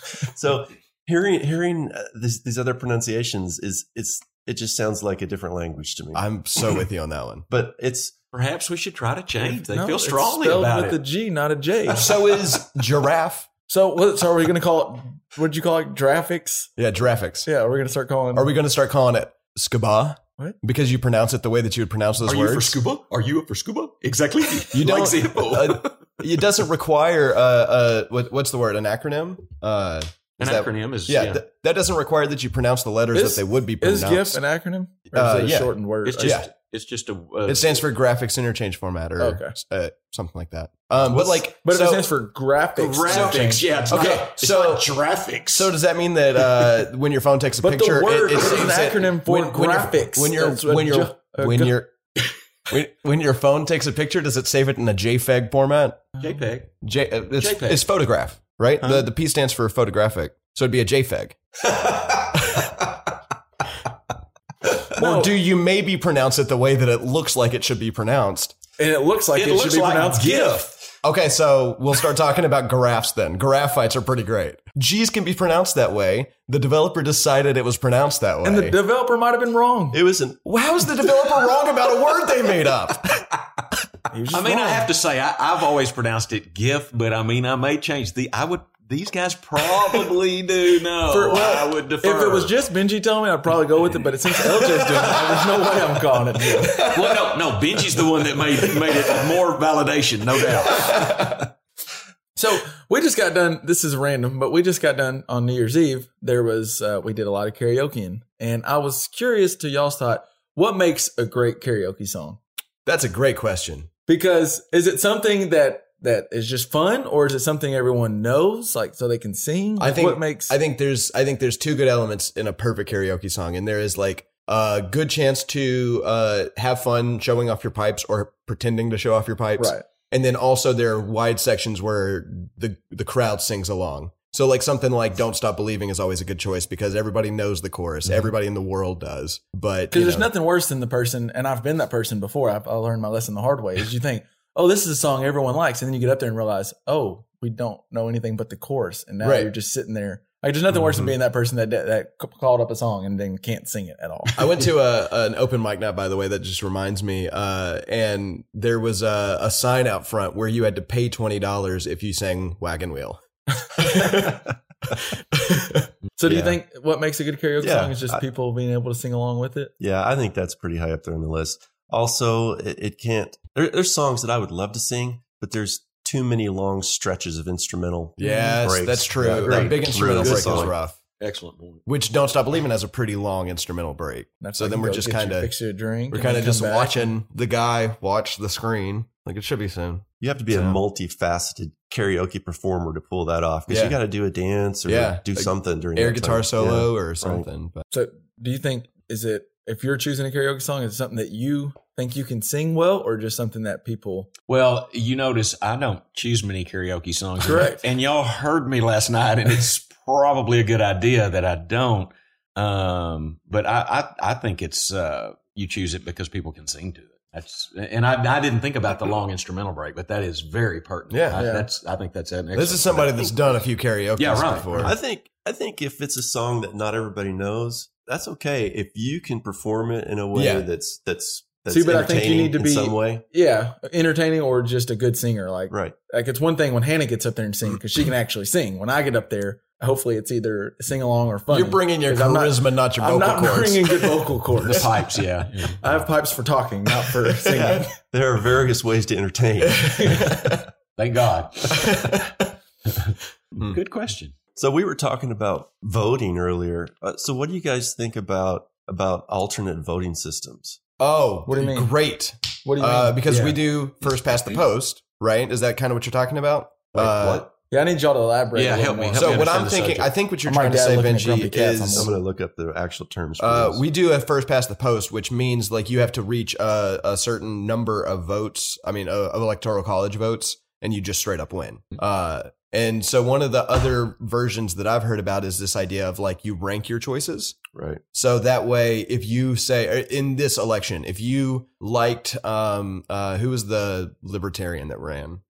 C: [laughs] so hearing hearing uh, this, these other pronunciations is it's it just sounds like a different language to me.
E: I'm so with you on that one.
C: but it's
D: Perhaps we should try to change. They
B: No,
D: feel
B: it's
D: strongly
B: spelled
D: about
B: with
D: it.
B: a G, not a
D: [laughs]
B: J.
E: So is giraffe.
B: So, what, so are we going to call it? What did you call it? Graphics?
E: Yeah, giraffics.
B: Yeah, we're going to start calling.
E: Are we going to start calling it scuba?
B: What?
E: Because you pronounce it the way that you would pronounce those
D: Are you for
E: words.
D: scuba? Are you up for scuba? [laughs] Exactly.
E: You
D: like
E: don't-
D: Zippo. [laughs]
E: uh, it doesn't require uh, uh what, what's the word? An acronym? Uh,
D: An
E: is that-
D: acronym is
E: yeah,
D: yeah.
E: th- that doesn't require that you pronounce the letters
B: Is-
E: that they would be
B: Is
E: pronounced.
B: GIF an acronym? Or is
E: Uh,
B: it a
E: yeah.
B: shortened word?
D: it's just
E: yeah.
D: it's just a uh,
E: it stands for graphics interchange format or
B: Okay.
E: uh, something like that. Um, but like,
B: but
E: so,
B: it stands for graphics.
D: graphics. Yeah. It's
E: Okay,
D: Not, it's
E: so-
D: not graphics.
E: so does that mean
B: [laughs]
E: that uh, when your phone takes a
B: But the
E: picture,
B: word
E: it, it
B: is an
E: saves it-
B: acronym for graphics.
E: When you're
B: That's what
E: when you're
B: ju- uh,
E: when
B: gu-
E: you're [laughs] when, when your phone takes a picture, does it save it in a JPEG format?
D: JPEG.
E: J, uh, it's,
B: E
D: JPEG.
E: it's photograph, right? The the P stands for photographic, so it'd be a E JPEG.
B: No.
E: Or do you maybe pronounce it the way that it looks like it should be pronounced?
B: and it looks like it,
D: It looks
B: should be
D: like
B: pronounced GIF.
E: Okay, so we'll start talking about giraffes then. Graphites are pretty great. G's can be pronounced that way. The developer decided it was pronounced that way.
B: And the developer might have been wrong.
C: it was an
E: Well, How is the developer wrong about a word they made up?
B: He was
D: I
B: just
D: mean, I
B: wrong.
D: have to say, I, I've always pronounced it GIF, but I mean, I may change the. I would. These guys [laughs] probably do know.
B: For- well,
D: I would defer.
B: If it was just Benji telling me, I'd probably go with it. But since LJ's doing it, there's no way I'm calling it. GIF.
D: [laughs] well, no, no. Benji's the one that made made it more validation, no doubt.
B: So we just got done. This is random, but we just got done on New Year's Eve. There was uh, we did a lot of karaoke, and I was curious to y'all's thought. What makes a great karaoke song?
E: That's a great question.
B: Because is it something that that is just fun, or is it something everyone knows, like so they can sing?
E: I
B: Like,
E: think
B: what makes
E: I think there's I think there's two good elements in a perfect karaoke song, and there is like a good chance to uh, have fun showing off your pipes or pretending to show off your pipes,
B: right.
E: and then also there are wide sections where the the crowd sings along. So like something like "Don't Stop Believing" is always a good choice because everybody knows the chorus, everybody in the world does. But
B: Mm-hmm. Because
E: you
B: there's
E: know,
B: nothing worse than the person, and I've been that person before. I've, I learned my lesson the hard way. Is you think, oh, this is a song everyone likes, and then you get up there and realize, oh, we don't know anything but the chorus, and now
E: Right. Mm-hmm.
B: you're just sitting there. Like, there's nothing worse than
C: Mhm.
B: being that person that that c- called up a song and then can't sing it at all.
E: I went to a an open mic night, by the way. That just reminds me. Uh, and there was a, a sign out front where you had to pay twenty dollars if you sang "Wagon Wheel."
B: [laughs] So, do
C: Yeah.
B: you think what makes a good karaoke
C: Yeah,
B: song is just
C: I-
B: people being able to sing along with it?
C: Yeah, I think that's pretty high up there on the list. Also, it, it can't. There, there's songs that I would love to sing, but there's too many long stretches of instrumental.
B: Mm-hmm.
E: Yes,
C: breaks.
E: that's true.
C: Yeah,
E: that
C: great.
E: big instrumental
C: Good
E: break was
C: song.
E: rough.
D: Excellent point.
E: Which "Don't Stop Believing" has a pretty long instrumental break.
B: That's
E: So
B: like
E: then
B: you
E: we're
B: go
E: just
B: get your
E: kinda-
B: picture a drink.
E: We're
B: and
E: kind
B: then
E: of just
B: come back.
E: watching the guy watch the screen. Like it should be soon.
C: You have to be a
E: So-
C: multifaceted karaoke performer to pull that off because
E: Yeah.
C: you got to do a dance or
E: Yeah.
C: do
E: Like
C: something during
E: Air
C: that
E: guitar
C: time.
E: solo or something. But
B: So, do you think is it if you're choosing a karaoke song, is it something that you think you can sing well, or just something that people?
D: Well, you notice I don't choose many karaoke songs.
B: Correct.
D: And y'all heard me last night, and it's probably a good idea that I don't. Um, but I, I, I think it's uh, you choose it because people can sing to it. That's and I, I didn't think about the long instrumental break, but that is very pertinent.
E: Yeah.
D: I,
B: Yeah.
D: that's I think that's an
E: This is somebody that's done a few karaoke
D: Yeah, right.
E: before.
C: I think I think if it's a song that not everybody knows, that's okay. If you can perform it in a way
E: Yeah.
C: that's that's that's
B: See, but I think you
C: entertaining
B: need to
C: in
B: be-
C: some way,
B: Yeah, entertaining or just a good singer. Like,
C: right?
B: like it's one thing when Hannah gets up there and sings because she can actually sing. When I get up there, hopefully it's either sing along or funny.
E: You're bringing your
B: 'Cause I'm not-
E: charisma, not, your
B: I'm
E: vocal
B: not
E: cords.
B: bringing good vocal
D: the
B: cords.
D: pipes. Yeah. yeah.
B: I have pipes for talking, not for singing.
C: There are various ways
B: [laughs]
C: to entertain.
D: Thank [laughs] God. good question.
C: so we were talking about voting earlier. Uh, so what do you guys think about about alternate voting systems?
E: oh,
B: What do you mean?
E: Great.
B: What do you mean?
E: Uh, because
B: yeah.
E: we do first past the post, right? Is that kind of what you're talking about?
C: Wait,
E: Uh,
C: what?
B: Yeah, I need y'all to elaborate. a
D: Yeah,
B: little
D: help me,
B: more.
D: help
E: So
D: me
E: what
D: understand
E: I'm
D: the
E: thinking,
D: subject.
E: I think what you're
B: My
E: trying to
B: dad
E: say,
B: looking at
E: Benji,
B: Grumpy Cats,
E: is
C: I'm going to look up the actual terms. For
E: Uh,
C: this.
E: we do a first past the post, which means like you have to reach a, a certain number of votes. I mean, uh, of of electoral college votes, and you just straight up win. Uh, and so one of the other versions that I've heard about is this idea of like you rank your choices.
C: right.
E: So that way, if you say or in this election, if you liked, um, uh, who was the libertarian that ran,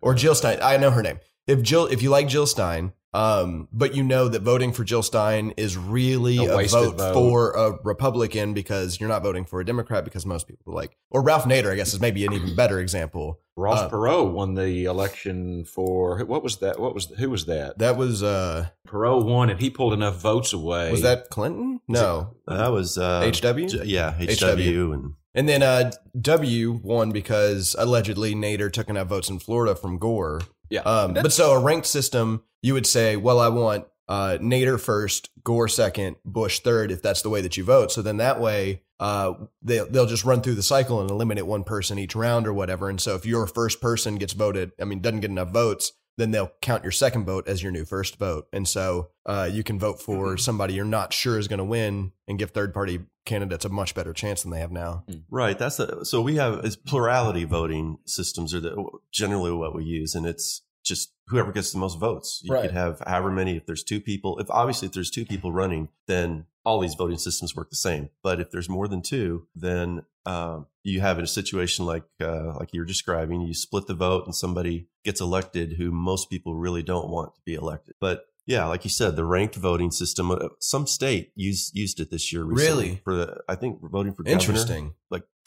E: or Jill Stein? I know her name. If Jill, if you like Jill Stein, um, but you know that voting for Jill Stein is really
D: A
E: a,
D: wasted
E: vote,
D: vote.
E: for a Republican because you're not voting for a Democrat because most people like, or Ralph Nader, I guess, is maybe an even better example.
D: Ross
E: Uh,
D: Perot won the election for what was that? What was who was that?
E: That was uh,
D: Perot won, and he pulled enough votes away.
E: was that Clinton? No,
C: That was uh,
E: HW?
C: J- yeah, HW,
E: HW.
C: and
E: And then uh, W won because allegedly Nader took enough votes in Florida from Gore.
D: Yeah.
E: Um, but so a ranked system, you would say, well, I want uh, Nader first, Gore second, Bush third, if that's the way that you vote. So then that way, uh, they, they'll just run through the cycle and eliminate one person each round or whatever. And so if your first person gets voted, I mean, doesn't get enough votes, then they'll count your second vote as your new first vote. And so uh, you can vote for somebody you're not sure is going to win and give third party candidates a much better chance than they have now.
C: right. That's the, so we have it's plurality voting systems are the, generally what we use, and it's just whoever gets the most votes. You
B: Right.
C: could have however many. If there's two people, if obviously if there's two people running, then all these voting systems work the same. But if there's more than two, then um, you have a situation like uh, like you were describing. You split the vote, and somebody gets elected who most people really don't want to be elected. But yeah, like you said, the ranked voting system. uh, Some state used used it this year. Recently
E: Really?
C: for the I think voting for governor.
E: Interesting.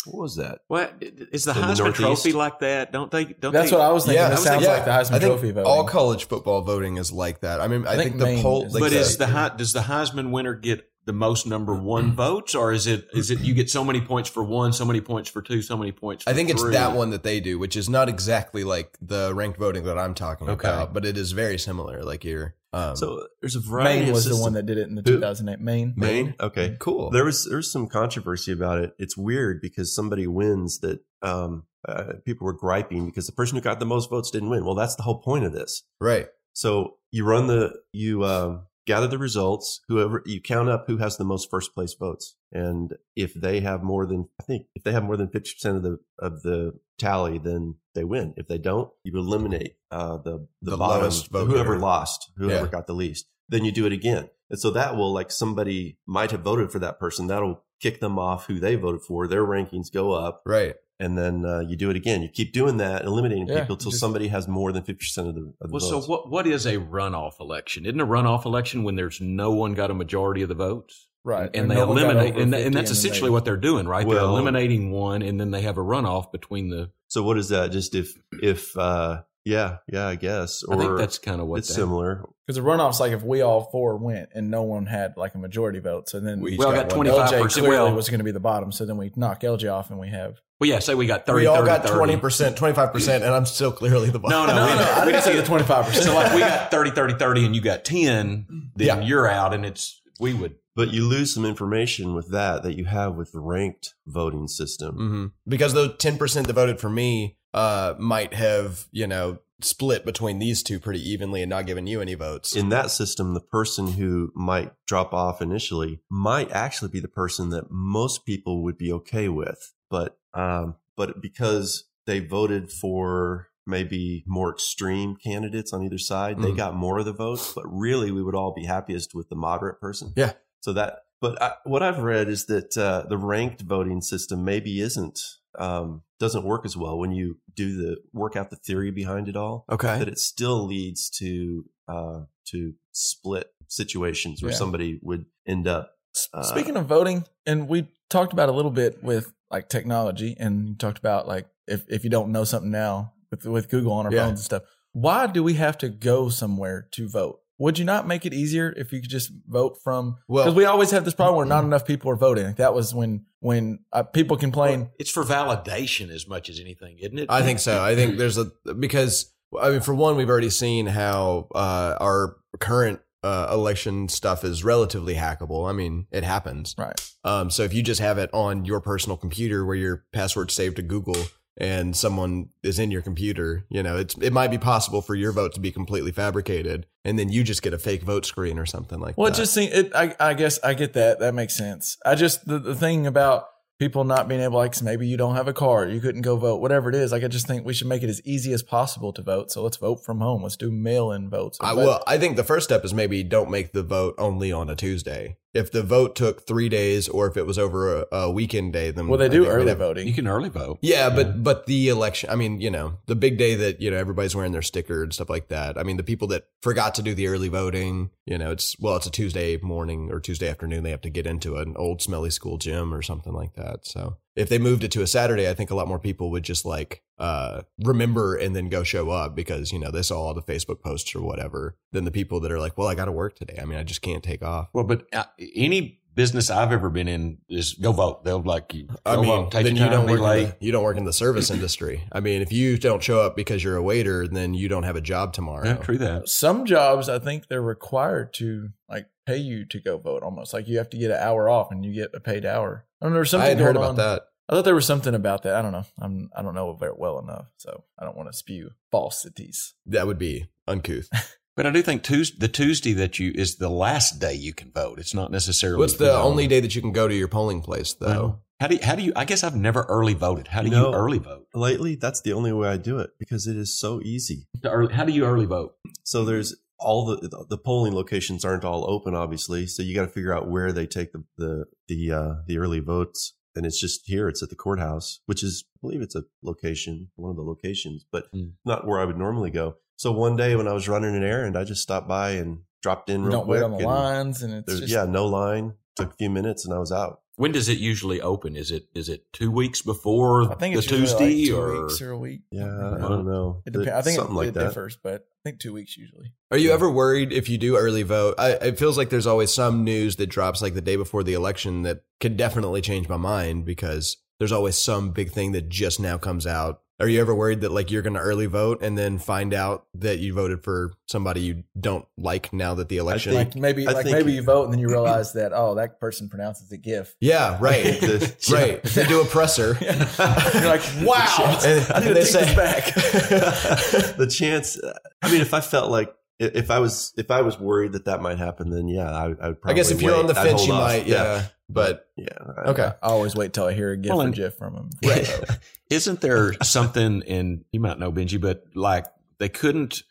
C: What was that?
D: What is the
C: In the
D: Heisman
C: Northeast?
D: Trophy like that? Don't they? Don't
B: That's
D: they,
B: what I was thinking.
E: Yeah,
B: it
E: I
B: sounds
E: was thinking-
B: like the Heisman
E: I think
B: Trophy voting.
E: all college football voting is like that. I mean, I,
B: think
E: think, the
B: Maine
E: poll.
B: is
E: like
D: but
E: that.
D: is the Hei- does the Heisman winner get the most number one votes, or is it is it you get so many points for one, so many points for two, so many points? for
E: I think it's
D: three?
E: that one that they do, which is not exactly like the ranked voting that I'm talking
D: Okay.
E: about, but it is very similar. Like you're um,
C: So there's a variety.
B: Maine
C: of
B: was the
C: system-
B: one that did it in the
C: Who?
B: 2008 Maine.
C: Maine. Okay.
E: cool.
C: There was there was some controversy about it. It's weird because somebody wins that um, uh, people were griping because the person who got the most votes didn't win. Well, that's the whole point of this.
E: right.
C: So you run the you um gather the results. Whoever you count up who has the most first place votes, and if they have more than I think if they have more than fifty percent of the of the tally, then they win. If they don't, you eliminate uh, the the,
E: The
C: bottom,
E: lowest vote
C: whoever
E: getter.
C: lost, whoever
E: Yeah.
C: got the least. Then you do it again, and so that will like somebody might have voted for that person. That'll kick them off who they voted for. Their rankings go up.
E: Right.
C: And then uh, you do it again. You keep doing that, eliminating
B: Yeah,
C: people till
B: just-
C: somebody has more than fifty percent of the, of the
D: Well, so
C: votes.
D: what what is a runoff election? Isn't a runoff election when there's no one got a majority of the votes,
B: Right.
D: And
B: Or
D: they
B: no one got
D: eliminate,
B: over
D: and,
B: 50
D: and that's
B: then
D: essentially
B: they-
D: what they're doing, right? they're
C: Well-
D: eliminating one, and then they have a runoff between the.
C: So what is that? Just if if uh yeah, yeah, I guess. Or
D: I think that's kind of what
C: it's
D: that-
C: similar.
B: Because the runoff's like if we all four went and no one had like a majority vote, so then
E: We each
D: Well, I
E: got
D: got
E: one.
D: twenty five
B: LJ
D: percent.
B: clearly
D: Well,
B: was going to be the bottom, so then we knock LJ off and we have.
D: well, yeah. Say we got thirty.
E: we all
D: 30,
E: got
D: 30.
E: twenty percent, twenty five percent, and I'm still clearly the bottom.
D: No,
E: [laughs]
D: no, we-
B: I
D: we
B: didn't say
D: see
B: the 25.
D: So
B: percent
D: like we got 30, 30, 30, and you got 10, then
E: Yeah.
D: you're out and it's, we would.
C: But you lose some information with that that you have with the ranked voting system.
E: Mm-hmm. Mhm. Because those ten percent that voted for me uh, might have, you know, split between these two pretty evenly and not given you any votes.
C: in that system, the person who might drop off initially might actually be the person that most people would be okay with. But um, but because they voted for maybe more extreme candidates on either side, they
E: Mm.
C: got more of the votes. But really, we would all be happiest with the moderate person.
E: Yeah.
C: So that. But I, what I've read is that uh, the ranked voting system maybe isn't um, doesn't work as well when you do the work out the theory behind it all
E: okay.
C: that it still leads to uh, to split situations where
B: Yeah.
C: somebody would end up.
B: S-
C: Uh,
B: Speaking of voting, and we talked about a little bit with like technology, and you talked about like if, if you don't know something now with with Google on our
E: Yeah.
B: phones and stuff, why do we have to go somewhere to vote? Would you not make it easier if you could just vote from?
E: Well, Mm-hmm.
B: Because we always have this problem where not enough people are voting. Like, that was when when uh, people complain.
D: It's for validation as much as anything, isn't it?
E: I think so. I think there's a because I mean, for one, we've already seen how uh, our current uh, election stuff is relatively hackable. I mean, it happens.
B: Right.
E: Um, so if you just have it on your personal computer where your password's saved to Google and someone is in your computer, you know, it's it might be possible for your vote to be completely fabricated, and then you just get a fake vote screen or something like
B: Well, it
E: that.
B: just seems. It, I, I guess I get that. That makes sense. I just the, the thing about people not being able, like maybe you don't have a car, you couldn't go vote, whatever it is. Like I just think we should make it as easy as possible to vote. So let's vote from home. Let's do mail-in votes.
E: I,
B: But-
E: well, I think the first step is maybe don't make the vote only on a Tuesday. If the vote took three days, or if it was over a, a weekend day, then
B: Well, they
E: I
B: do
E: think we'd
B: early
E: have-
B: voting.
D: You can early vote.
E: Yeah, but but the election. I mean, you know, the big day that you know everybody's wearing their sticker and stuff like that. I mean, the people that forgot to do the early voting. You know, it's well, it's a Tuesday morning or Tuesday afternoon. They have to get into an old smelly school gym or something like that. So if they moved it to a Saturday, I think a lot more people would just like uh, remember and then go show up because you know they saw all the Facebook posts or whatever. Than the people that are like, well, I got to work today. I mean, I just can't take off.
D: Well, but uh, any business I've ever been in is go vote. They'll like you. Go
E: I mean,
D: vote. take
E: then
D: your
E: you
D: time,
E: don't
D: be
E: work.
D: late.
E: In the, you don't work in the service industry. I mean, if you don't show up because you're a waiter, then you don't have a job tomorrow.
D: Yeah, true that.
B: Some jobs, I think they're required to like pay you to go vote. Almost like you have to get an hour off, and you get a paid hour. I don't know. There's
E: I
B: something
E: had heard
B: going
E: about
B: on.
E: that.
B: I thought there was something about that. I don't know. I'm. I don't know very well enough, so I don't want to spew falsities.
E: That would be uncouth.
D: But I do think Tuesday, the Tuesday that you is the last day you can vote. It's not necessarily.
E: What's
D: you
E: the
D: know,
E: only day that you can go to your polling place though?
D: Well, How do you, how do you? I guess I've never early voted. How do
C: No.
D: you early vote?
C: lately, that's the only way I do it because it is so easy.
D: To early- how do you early vote?
B: Mm-hmm.
C: So there's all the the polling locations aren't all open, obviously. So you got to figure out where they take the the the, uh, the early votes, and it's just here. It's at the courthouse, which is I believe it's a location, one of the locations, but
B: Hmm.
D: Mm.
C: not where I would normally go. So one day when I was running an errand, I just stopped by and dropped in
B: You
C: real
B: don't
C: quick.
B: wait on the
C: and
B: lines, and it's
C: there's-
B: just
C: yeah, no line. Took a few minutes, and I was out.
D: When does it usually open? Is it is it two weeks before
B: I think
D: the
B: it's
D: Tuesday
B: usually like two
D: or?
B: weeks or a week.
C: Yeah, I
B: Something like
C: don't
B: that.
C: know.
B: It depends. I think
C: something
B: it,
C: like
B: it
C: that.
B: [laughs] differs, but I think two weeks usually.
E: Are you
C: Yeah.
E: ever worried if you do early vote? I, I feels like there's always some news that drops like the day before the election that could definitely change my mind because there's always some big thing that just now comes out. Are you ever worried that like you're going to early vote and then find out that you voted for somebody you don't like now that the election?
B: Like
C: think-
B: maybe,
C: I
B: like
C: think-
B: maybe you vote and then you realize that oh, that person pronounces it GIF.
E: yeah,
B: [laughs]
E: right,
C: The-
E: right. They do oppressor.
B: You're
E: [laughs]
B: like, wow, [laughs] I
E: And-
B: need to
E: and they
B: take
E: say-
B: this back.
C: [laughs] [laughs] the chance. I mean, if I felt like i- if I was if I was worried that that might happen, then yeah, I, would- I would
E: I
C: probably.
E: guess if you're
C: wait.
E: on the
C: I'd
E: fence,
C: hold
E: you
C: off.
E: might. Yeah. But
C: yeah.
E: okay.
B: I always wait till I hear a GIF
D: Well,
B: or
D: and-
B: GIF from him.
E: [laughs] Right.
D: Isn't there something in you might know Benji, but like they couldn't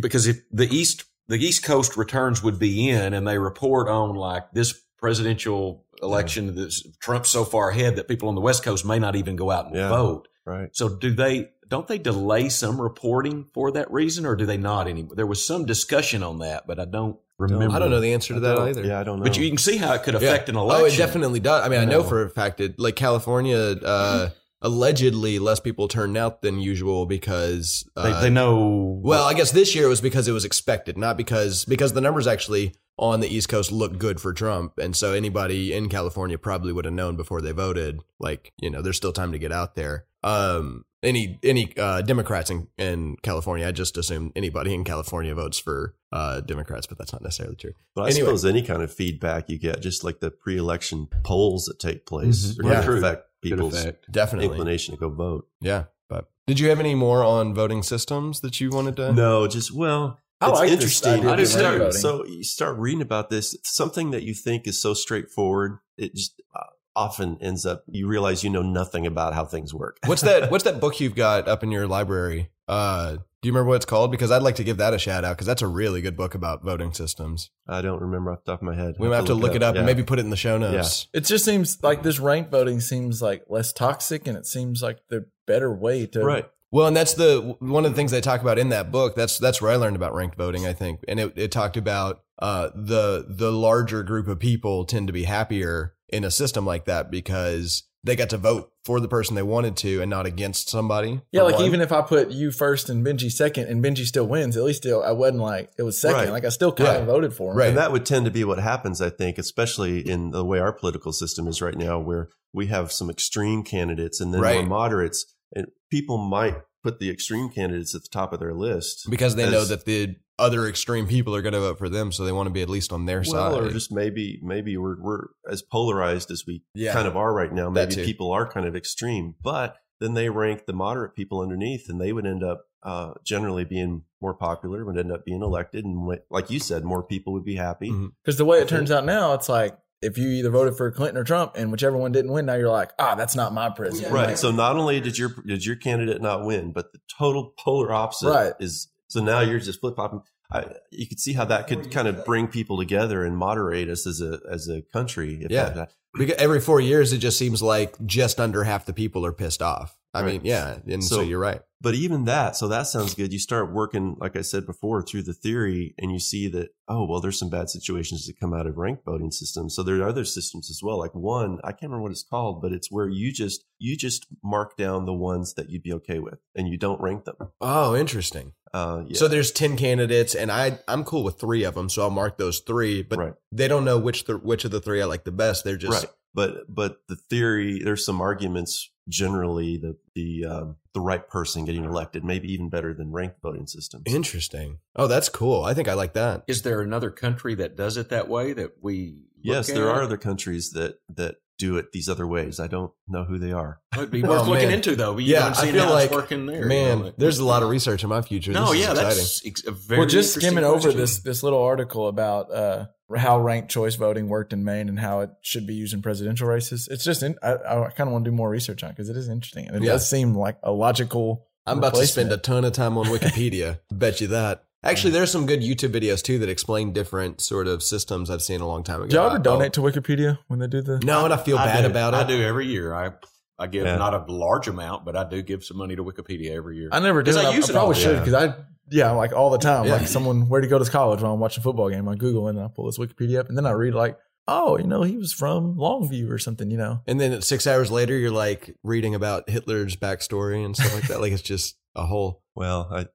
D: because if the east the East Coast returns would be in and they report on like this presidential election, this Trump's so far ahead that people on the West Coast may not even go out and
C: Yeah.
D: vote.
C: right.
D: So do they? Don't they delay some reporting for that reason, or do they not anymore? There was some discussion on that, but I don't remember.
E: I don't know the answer to that
C: I don't-
E: either.
C: Yeah, I don't know.
D: But you can see how it could
E: Yeah.
D: affect an election.
E: Oh, it definitely does. I mean, I
D: No.
E: know for a fact that like California, uh, allegedly less people turned out than usual because
D: They,
E: uh,
D: they know.
E: well, I guess this year it was because it was expected, not because because the numbers actually on the East Coast looked good for Trump, and so anybody in California probably would have known before they voted. Like you know, there's still time to get out there. Um, any any uh, Democrats in, in California, I just assume anybody in California votes for uh, Democrats, but that's not necessarily true.
C: but I
E: anyway.
C: suppose any kind of feedback you get, just like the pre-election polls that take place,
D: Mhm.
C: are going
E: Mm-hmm. Yeah.
C: to affect
D: Could
C: people's
D: affect.
E: Definitely,
C: inclination to go vote.
E: yeah. But Did you have any more on voting systems that you wanted to?
C: No, just well,
B: I
C: it's
B: like this
C: interesting.
B: idea
C: I
B: of
C: just
B: remote
C: start,
B: voting.
C: so you start reading about this. Something that you think is so straightforward, it just uh, often ends up you realize you know nothing about how things work.
E: What's that? What's that book you've got up in your library? Uh, do you remember what it's called? Because I'd like to give that a shout out because that's a really good book about voting systems.
C: [laughs] I don't remember off the top of my head.
E: We might have to look it up and
C: Yeah.
E: maybe put it in the show notes.
B: It just seems like this rank voting seems like less toxic, and it seems like the better way to
C: right.
E: Well, and that's the one of the things they talk about in that book. That's that's where I learned about ranked voting, I think, and it, it talked about uh, the the larger group of people tend to be happier in a system like that because they got to vote for the person they wanted to and not against somebody.
B: Yeah,
E: for
B: like
E: one.
B: even if I put you first and Benji second, and Benji still wins, at least still I wasn't like it was second.
C: Right.
B: Like I still kind
E: Right.
B: of voted for him.
E: Right.
C: And that would tend to be what happens, I think, especially in the way our political system is right now, where we have some extreme candidates and then
E: Right.
C: more moderates. And people might put the extreme candidates at the top of their list.
E: because they know
C: as-
E: that the other extreme people are going to vote for them, so they want to be at least on their
C: Well,
E: side.
C: or just maybe maybe we're we're as polarized as we
E: Yeah.
C: kind of are right now.
E: That
C: Maybe
E: too.
C: people are kind of extreme, but then they rank the moderate people underneath, and they would end up uh, generally being more popular, would end up being elected, and what- like you said, more people would be happy.
E: Mhm.
B: Because the way
C: I
B: it turns out now, it's like if you either voted for Clinton or Trump, and whichever one didn't win, now you're like, ah, that's not my president.
C: Right. So not only did your did your candidate not win, but the total polar opposite
B: Right.
C: is so now you're just flip flopping. I, you could see how that could kind of bring people together and moderate us as a as a country. If
E: Yeah.
C: that-
E: Because every four years, it just seems like just under half the people are pissed off. I
C: Right.
E: mean, yeah, and so,
C: So-
E: you're right.
C: but even that, so that sounds good. You start working, like I said before, through the theory, and you see that oh well, there's some bad situations that come out of ranked voting systems. So there are other systems as well. Like one, I can't remember what it's called, but it's where you just you just mark down the ones that you'd be okay with, and you don't rank them.
E: Oh, interesting.
C: Uh, yeah.
E: So there's ten candidates, and I I'm cool with three of them, so I'll mark those three. But
C: Right.
E: they don't know which th- which of the three I like the best. They're just
C: right. But but the theory, there's some arguments generally that the um, the right person getting elected, maybe even better than ranked voting systems.
E: interesting. Oh, that's cool. I think I like that.
D: Is there another country that does it that way that we? look
C: yes, there
D: at?
C: are other countries that that do it these other ways. I don't know who they are.
D: It'd be
E: Oh,
D: worth looking
E: man.
D: into though. You
E: Yeah,
D: yeah, haven't
E: I
D: seen
E: feel
D: how
E: like-
D: it's working there.
E: Man,
D: You know,
E: there's a lot of research in my future.
D: No,
E: This is
D: yeah,
E: exciting.
D: that's ex- a very
B: well, just
D: interesting
B: skimming over
D: question.
B: this this little article about uh, how ranked choice voting worked in Maine and how it should be used in presidential races. It's just in, I, I kind of want to do more research on because it is interesting and it
E: Yeah.
B: does seem like a logical.
E: I'm about to
B: replacement.
E: spend a ton of time on Wikipedia. Bet you that. Actually, there's some good YouTube videos too that explain different sort of systems I've seen a long time ago.
B: Do y'all ever
E: I'll-
B: donate to Wikipedia when they do the?
E: No, and I feel
D: I
E: bad
D: do.
E: about it.
D: I do every year. I I give
C: Yeah.
D: not a large amount, but I do give some money to Wikipedia every year.
B: I never did.
D: Because
B: I,
D: I
B: I
D: use it
B: probably
D: all.
B: should
C: Yeah.
B: because I yeah like all the time.
E: Yeah.
B: Like someone where to go to college when I'm watching a football game, I Google and I pull this Wikipedia up and then I read like oh you know he was from Longview or something you know.
E: And then six hours later, you're like reading about Hitler's backstory and stuff like that. Like it's just a whole.
C: Well, I,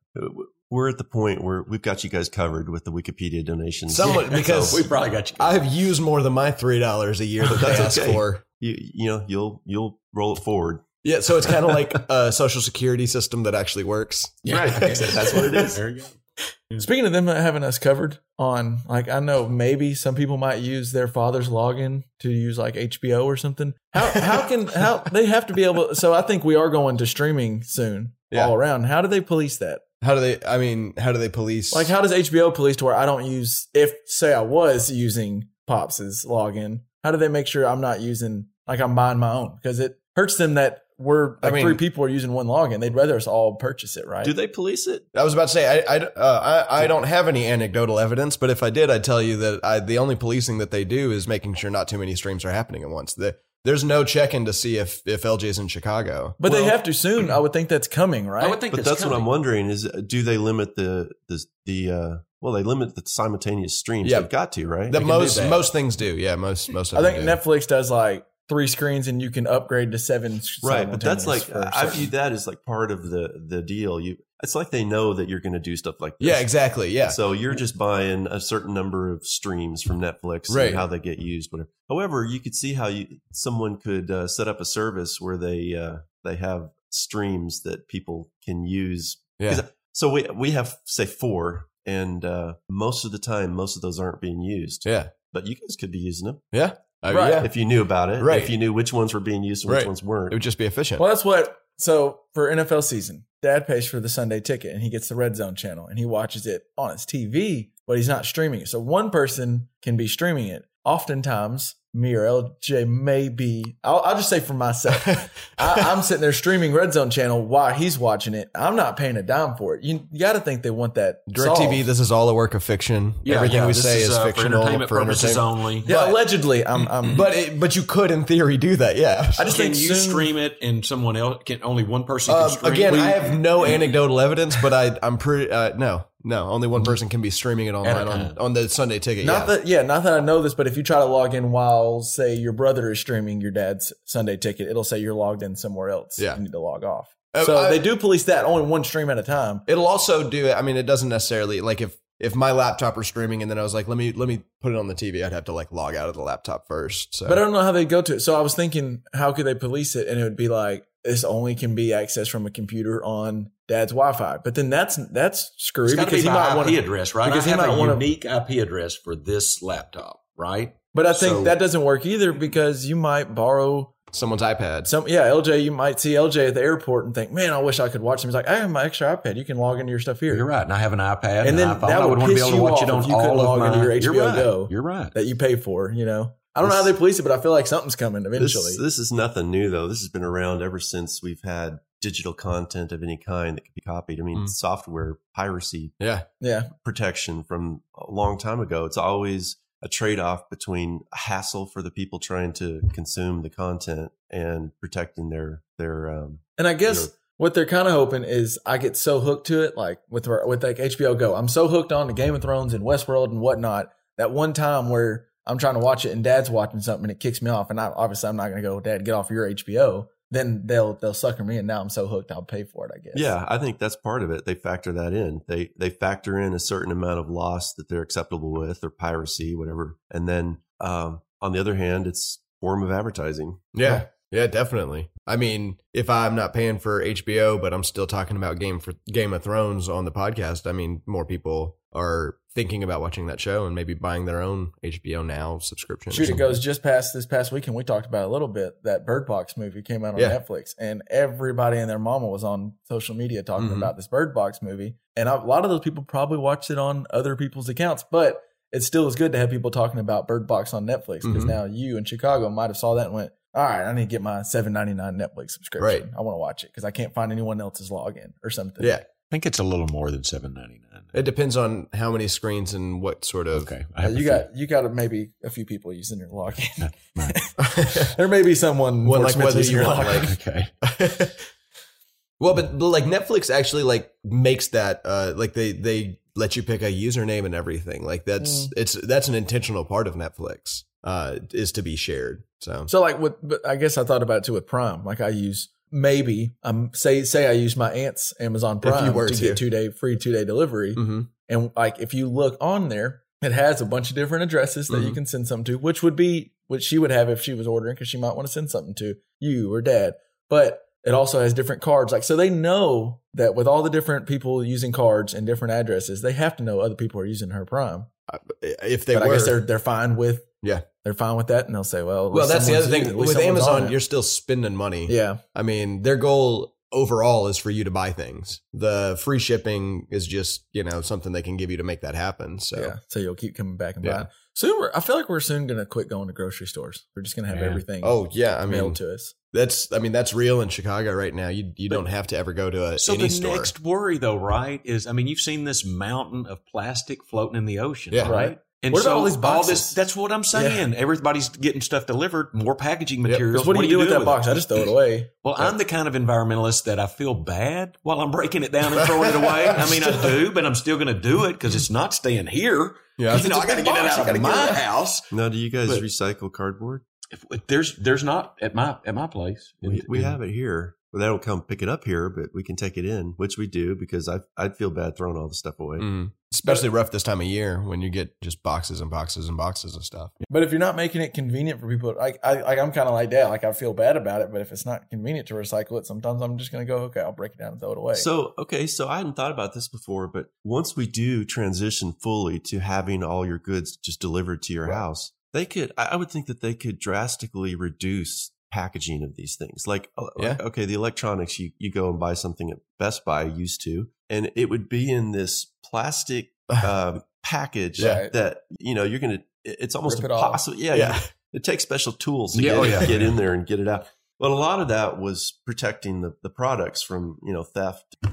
C: we're at the point where we've got you guys covered with the Wikipedia donations. [laughs]
E: Someone because
D: so we probably got you. covered.
E: I've used more than my three dollars a year that they
C: That's
E: ask
C: okay.
E: for.
C: you, you know you'll you'll roll it forward.
E: Yeah, so it's kind of like a social security system that actually works.
C: Right. That's what it is.
D: There you go.
B: Speaking of them not having us covered on like I know maybe some people might use their father's login to use like HBO or something. How how can how they have to be able? So I think we are going to streaming soon
E: Yeah.
B: all around. How do they police that?
E: How do they? I mean, how do they police?
B: Like, how does HBO police to where I don't use, if say I was using Pops's login, how do they make sure I'm not using, like I'm buying my own? Because it hurts them that we're, like
E: I mean-
B: three people are using one login. They'd rather us all purchase it, right?
C: Do they police it?
E: I was about to say I I, uh, I I don't have any anecdotal evidence, but if I did, I'd tell you that I, the only policing that they do is making sure not too many streams are happening at once. The, there's no check-in to see if if LJ's in Chicago.
B: but they
C: Well-
B: have to soon. I would think that's coming, right?
D: I would think
C: But that's what
D: coming.
C: I'm wondering: is uh, do they limit the the the uh, well? They limit the simultaneous streams.
E: Yeah.
C: They've got to right.
E: The
C: They can do
E: most
C: that.
E: most things do, yeah. Most most. Of
B: I
E: them
B: think
E: do.
B: Netflix does like three screens and you can upgrade to seven.
C: right, but that's like
B: simultaneous for
C: I I
B: certain-
C: view that as like part of the the deal. You, it's like they know that you're going to do stuff like this.
E: Yeah, exactly. Yeah,
C: So you're just buying a certain number of streams from Netflix
E: Right.
C: and how they get used, whatever. However, you could see how you someone could uh, set up a service where they uh, they have streams that people can use.
E: yeah.
C: So we we have say four, and uh, most of the time, most of those aren't being used.
E: Yeah.
C: But you guys could be using them
E: Yeah. I mean,
B: Right.
E: Uh, yeah.
C: if you knew about it.
E: Right.
C: If you knew which ones were being used and which
E: Right.
C: ones weren't.
E: It would just be efficient.
B: Well, that's what So for NFL season, dad pays for the Sunday ticket and he gets the red zone channel and he watches it on his TV, but he's not streaming it. So one person can be streaming it. Oftentimes, me or LJ may be, I'll, I'll just say for myself, I, I'm sitting there streaming red zone channel while he's watching it. I'm not paying a dime for it. You, you got to think they want that. solved.
E: DirecTV, this is all a work of fiction. Everything we
D: this
E: say is,
D: uh,
E: fictional
D: for entertainment purposes only.
B: Yeah,
E: but-
B: allegedly, I'm, I'm,
E: But it, but you could, in theory, do
B: [laughs]
E: that. Yeah.
B: I just
D: Can
B: think
D: you
B: soon-
D: stream it and someone else can only one person can
E: Um,
D: stream
E: again,
D: it?
E: I
D: [clears throat]
E: have no anecdotal evidence, but I, I'm pretty. Uh, no, no, only one person can be streaming it online on,
D: time.
E: on the Sunday ticket.
B: Not
E: yeah.
B: that, yeah, not that I know this, but if you try to log in while, say, your brother is streaming your dad's Sunday ticket, it'll say you're logged in somewhere else.
E: Yeah.
B: You need to log off.
E: Uh,
B: so
E: I-
B: they do police that only one stream at a time.
E: It'll also do it. I mean, it doesn't necessarily like if if my laptop were streaming and then I was like, let me let me put it on the TV. I'd have to like log out of the laptop first. So.
D: uh,
B: But I don't know how they go to it. So I was thinking, how could they police it? And it would be like, this only can be accessed from a computer on dad's Wi Fi. But then that's that's screwy
D: It's got to
B: because
D: be
B: he
D: my
B: might
D: IP
B: want
D: address, right?
B: because
D: Because I
B: he
D: have
B: might
D: a
B: wanna-
D: unique IP address for this laptop, right?
B: But I think
D: So-
B: that doesn't work either because you might borrow
E: Someone's iPad.
B: some yeah, LJ, you might see LJ at the airport and think, Man, I wish I could watch him. He's like, I have my extra iPad. You can log into your stuff here.
D: You're right. And I have an iPad
B: And
D: and,
B: then
D: an iPhone.
B: that
D: I
B: would
D: would want to be
B: piss
D: able to
B: you
D: watch
B: off
D: it on
B: if you couldn't
D: all
B: log
D: of my.
B: into your
D: you're
B: HBO
D: right.
B: Go.
D: You're right.
B: that you pay for, you know. I don't know how
C: This-
B: they police it, but I feel like something's coming eventually.
C: This, this is nothing new, though. This has been around ever since we've had digital content of any kind that could be copied. I mean,
E: Mm.
C: software piracy
E: Yeah.
B: yeah.
C: protection from a long time ago. It's always a trade off between a hassle for the people trying to consume the content and protecting their their um,
B: And I guess
C: Yeah.
B: what they're kind of hoping is I get so hooked to it, like with with like HBO Go, I'm so hooked on to Game of Thrones and Westworld and whatnot. That one time where I'm trying to watch it and Dad's watching something and it kicks me off, and I obviously I'm not going to go, Dad, get off your HBO. Then they'll they'll sucker me, and now I'm so hooked I'll pay for it. I guess.
C: Yeah, I think that's part of it. They factor that in. They they factor in a certain amount of loss that they're acceptable with, or piracy, whatever. And then um, on the other hand, it's form of advertising.
E: Yeah. Yeah, definitely. I mean, if I'm not paying for HBO, but I'm still talking about Game for Game of Thrones on the podcast, I mean, more people are thinking about watching that show and maybe buying their own HBO Now subscription. or
B: Shoot, it
E: something.
B: goes just past this past weekend. We talked about it a little bit that Bird Box movie came out on
E: Yeah.
B: Netflix, and everybody and their mama was on social media talking
E: Mhm.
B: about this Bird Box movie. And a lot of those people probably watched it on other people's accounts, but it still is good to have people talking about Bird Box on Netflix because
E: Mhm.
B: now you in Chicago might have saw that and went, "All right, I need to get my seven ninety nine Netflix subscription.
E: Right.
B: I want to watch it because I can't find anyone else's login or something."
E: Yeah.
D: I think it's a little more than seven ninety nine.
E: It depends on how many screens and what sort of. [laughs]
D: Okay, I
B: Uh,
D: have
B: you
D: a
B: got you got maybe a few people using your
E: [laughs]
B: login. [laughs]
E: Well,
B: there may be someone
E: Well, like
B: Fort Smith
E: whether
B: using
E: you
B: your
E: want,
B: login.
E: like-
D: feeling. okay.
E: [laughs] well, but, but like Netflix actually like makes that uh like they they let you pick a username and everything. Like that's it's that's an intentional part of Netflix uh is to be shared. So,
B: So like with, but I guess I thought about it too with Prime. Like I use maybe um say say I use my aunt's Amazon
E: you
B: Prime
E: were
B: to,
E: to.
B: get two day free two day delivery,
E: Mhm.
B: and like if you look on there, it has a bunch of different addresses that you
E: Mhm.
B: can send something to, which would be what she would have if she was ordering because she might want to send something to you or dad. But it also has different cards, like so they know that with all the different people using cards and different addresses, they have to know other people are using her Prime.
E: if they
B: but
E: were
B: I guess they're they're fine with
E: Yeah.
B: they're fine with that, and they'll say, well, at
E: well,
B: least
E: that's the
B: someone's
E: other thing
B: using it, at least
E: with
B: someone's on
E: Amazon.
B: it.
E: You're still spending money.
B: yeah.
E: I mean, their goal overall is for you to buy things. The free shipping is just you know something they can give you to make that happen. So.
B: yeah. So you'll keep coming back and
E: Yeah.
B: buying. Soon, we're, I feel like we're soon going to quit going to grocery stores. We're just going to have
D: Man.
B: everything
E: Oh yeah, I mean
B: mailed to us.
E: that's I mean that's real in Chicago right now. You you don't have to ever go to a,
D: So
E: any
D: the
E: store.
D: next worry, though, right, is I mean, you've seen this mountain of plastic floating in the ocean,
E: Yeah.
D: right?
B: Right.
D: And
B: What about
D: so
B: all these boxes?
D: this, that's what I'm saying. Everybody's getting stuff delivered, more packaging materials.
B: Because what do you do with
D: doing
B: that box?
D: it?
B: I just throw it away.
D: Well, I'm the kind of environmentalist that I feel bad while I'm breaking it down and throwing it away. I mean, I do, but I'm still going to do it because it's not staying here.
E: Yeah.
D: you know, I got to get it out of my house.
C: Now, do you guys
D: But-
C: recycle cardboard?
D: If, if there's there's not at my at my place.
C: We, we have it here. Well, they don't come pick it up here, but we can take it in, which we do because I I'd feel bad throwing all the stuff away.
E: Mm. Especially rough this time of year when you get just boxes and boxes and boxes of stuff.
B: But if you're not making it convenient for people, like I, like I'm kind of like that. Like I feel bad about it, but if it's not convenient to recycle it, sometimes I'm just going to go, okay, I'll break it down and throw it away.
C: So, okay, so I hadn't thought about this before, but once we do transition fully to having all your goods just delivered to your house, they could, I I would think that they could drastically reduce packaging of these things. Like, uh,
E: Yeah.
C: like, okay, the electronics, you, you go and buy something at Best Buy used to, and it would be in this
B: [laughs]
C: plastic um, package
B: Right.
C: that, you know, you're going to, it's almost
B: Rip it off.
C: impossible. yeah.
E: Yeah.
C: yeah. It takes special tools to
E: Yeah,
C: get,
E: oh, yeah.
C: get in there and get it out. But a lot of that was protecting the, the products from, you know, theft. Uh,